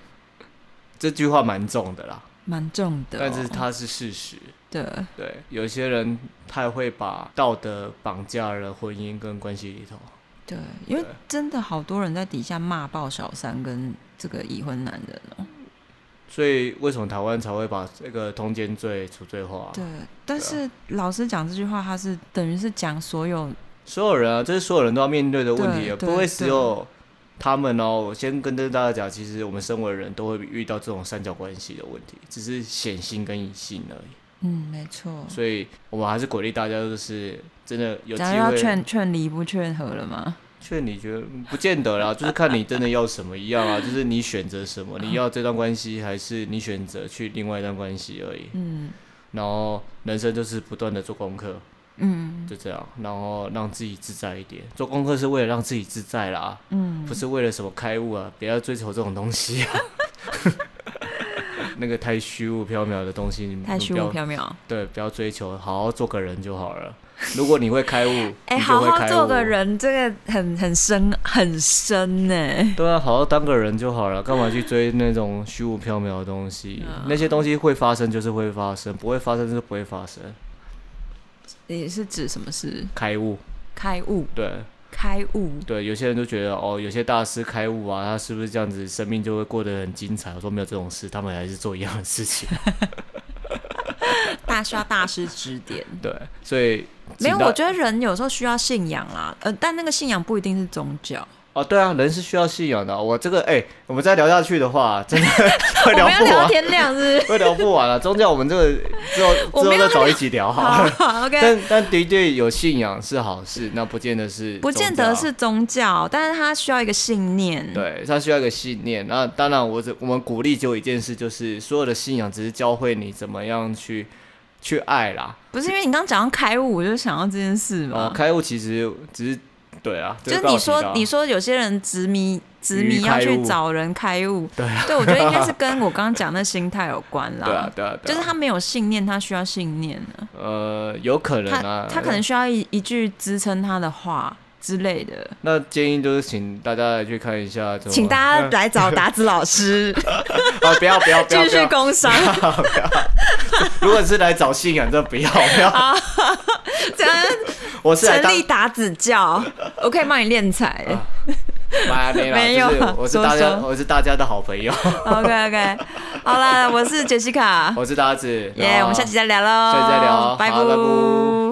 Speaker 2: 这句话蛮重的啦，
Speaker 1: 蛮重的哦、
Speaker 2: 但是它是事实。
Speaker 1: 对
Speaker 2: 对，有些人太会把道德绑架了婚姻跟关系里头。
Speaker 1: 对，因为
Speaker 2: 对
Speaker 1: 真的好多人在底下骂爆小三跟这个已婚男人哦、
Speaker 2: 所以为什么台湾才会把这个通奸罪除罪化？
Speaker 1: 对，但
Speaker 2: 对啊
Speaker 1: 是老师讲这句话，他是等于是讲所有
Speaker 2: 所有人啊，这是所有人都要面对的问题，
Speaker 1: 对
Speaker 2: 也
Speaker 1: 对
Speaker 2: 不会只有他们哦。我先跟大家讲，其实我们身为人都会遇到这种三角关系的问题，只是显性跟隐性而已。
Speaker 1: 嗯，没错。
Speaker 2: 所以我们还是鼓励大家，就是真的有机
Speaker 1: 假如要
Speaker 2: 会
Speaker 1: 劝劝离不劝和了吗？
Speaker 2: 劝你，觉得不见得啦，就是看你真的要什么一样啊，就是你选择什么，你要这段关系，还是你选择去另外一段关系而已。
Speaker 1: 嗯
Speaker 2: 然后人生就是不断的做功课，
Speaker 1: 嗯
Speaker 2: 就这样，然后让自己自在一点。做功课是为了让自己自在啦。
Speaker 1: 嗯，
Speaker 2: 不是为了什么开悟啊，不要追求这种东西啊。那个太虚无缥缈的东西，你们
Speaker 1: 太虚
Speaker 2: 不
Speaker 1: 无
Speaker 2: 要
Speaker 1: 缥缈。
Speaker 2: 对，不要追求，好好做个人就好了。如果你会开悟，
Speaker 1: *laughs* 哎、
Speaker 2: 你就
Speaker 1: 好
Speaker 2: 会
Speaker 1: 好
Speaker 2: 开悟
Speaker 1: 做个。人，这个很很深很深呢、
Speaker 2: *laughs* 对啊，好好当个人就好了，干嘛去追那种虚无缥缈的东西？
Speaker 1: 嗯
Speaker 2: 那些东西会发生就是会发生，不会发生就是不会发生。
Speaker 1: *laughs* 也是指什么事？
Speaker 2: 开悟，
Speaker 1: 开悟，
Speaker 2: 对
Speaker 1: 开悟。
Speaker 2: 对，有些人都觉得哦，有些大师开悟啊，他是不是这样子生命就会过得很精彩？我说没有这种事，他们还是做一样的事情。
Speaker 1: 大需要大师指
Speaker 2: *laughs*
Speaker 1: 点。 *laughs*
Speaker 2: 对，所以
Speaker 1: 没有，
Speaker 2: 请大
Speaker 1: 我觉得人有时候需要信仰啦，呃，但那个信仰不一定是宗教。
Speaker 2: 哦，对啊，人是需要信仰的。我这个哎、我们再聊下去的话，真的
Speaker 1: 我
Speaker 2: 会聊
Speaker 1: 们要
Speaker 2: 不
Speaker 1: 聊到
Speaker 2: 完， *laughs*
Speaker 1: 天亮是不是？
Speaker 2: 会聊不完了、宗教我们这个之后
Speaker 1: *laughs* 我
Speaker 2: 之后
Speaker 1: 们要
Speaker 2: 再找一起聊好
Speaker 1: 好
Speaker 2: 了。 *laughs*
Speaker 1: 好，OK。
Speaker 2: 但但的确有信仰是好事，那不见得是
Speaker 1: 不见得是
Speaker 2: 宗
Speaker 1: 宗教，但是他需要一个信念。
Speaker 2: 教。对，它需要一个信念。那当然我，只我们鼓励只有一件事，就是所有的信仰只是教会你怎么样去去爱啦。
Speaker 1: 不是因为你刚刚讲到开悟，我就想到这件事
Speaker 2: 哦、
Speaker 1: 嘛。
Speaker 2: 开悟其实只是对啊，
Speaker 1: 啊就
Speaker 2: 这
Speaker 1: 是
Speaker 2: 个
Speaker 1: 你
Speaker 2: 刚好提
Speaker 1: 说
Speaker 2: 到
Speaker 1: 你说有些人执迷执迷
Speaker 2: 于
Speaker 1: 要
Speaker 2: 开
Speaker 1: 去
Speaker 2: 悟
Speaker 1: 找人开悟，
Speaker 2: 对啊
Speaker 1: 我觉得应该是跟我刚刚讲那心态有关啦。
Speaker 2: *laughs* 对啊对啊，对
Speaker 1: 就
Speaker 2: 啊
Speaker 1: 是他没有信念，他需要信念啊
Speaker 2: 呃有可能啊
Speaker 1: 他，他可能需要一一句支撑他的话之类的。
Speaker 2: 那建议就是请大家来去看一下怎么，
Speaker 1: 请大家来找达子老
Speaker 2: *laughs*
Speaker 1: 师
Speaker 2: 啊不要不要不
Speaker 1: 继
Speaker 2: 要不
Speaker 1: 续
Speaker 2: 要，
Speaker 1: 工
Speaker 2: *laughs*
Speaker 1: 商，
Speaker 2: 如果是来找信仰，这不要不要，
Speaker 1: 这样
Speaker 2: 我是来啊
Speaker 1: 成
Speaker 2: 当
Speaker 1: 立达子教，我可以帮你练财。
Speaker 2: 妈呀，没啦，
Speaker 1: 没有
Speaker 2: 就是我是大
Speaker 1: 多
Speaker 2: 家，
Speaker 1: 说
Speaker 2: 我是大家的好朋友，
Speaker 1: OK *laughs* OK，好啦，我是杰西卡，
Speaker 2: 我是大子，
Speaker 1: 耶，我们下期再聊喽，
Speaker 2: 下期再聊
Speaker 1: 拜
Speaker 2: 好拜拜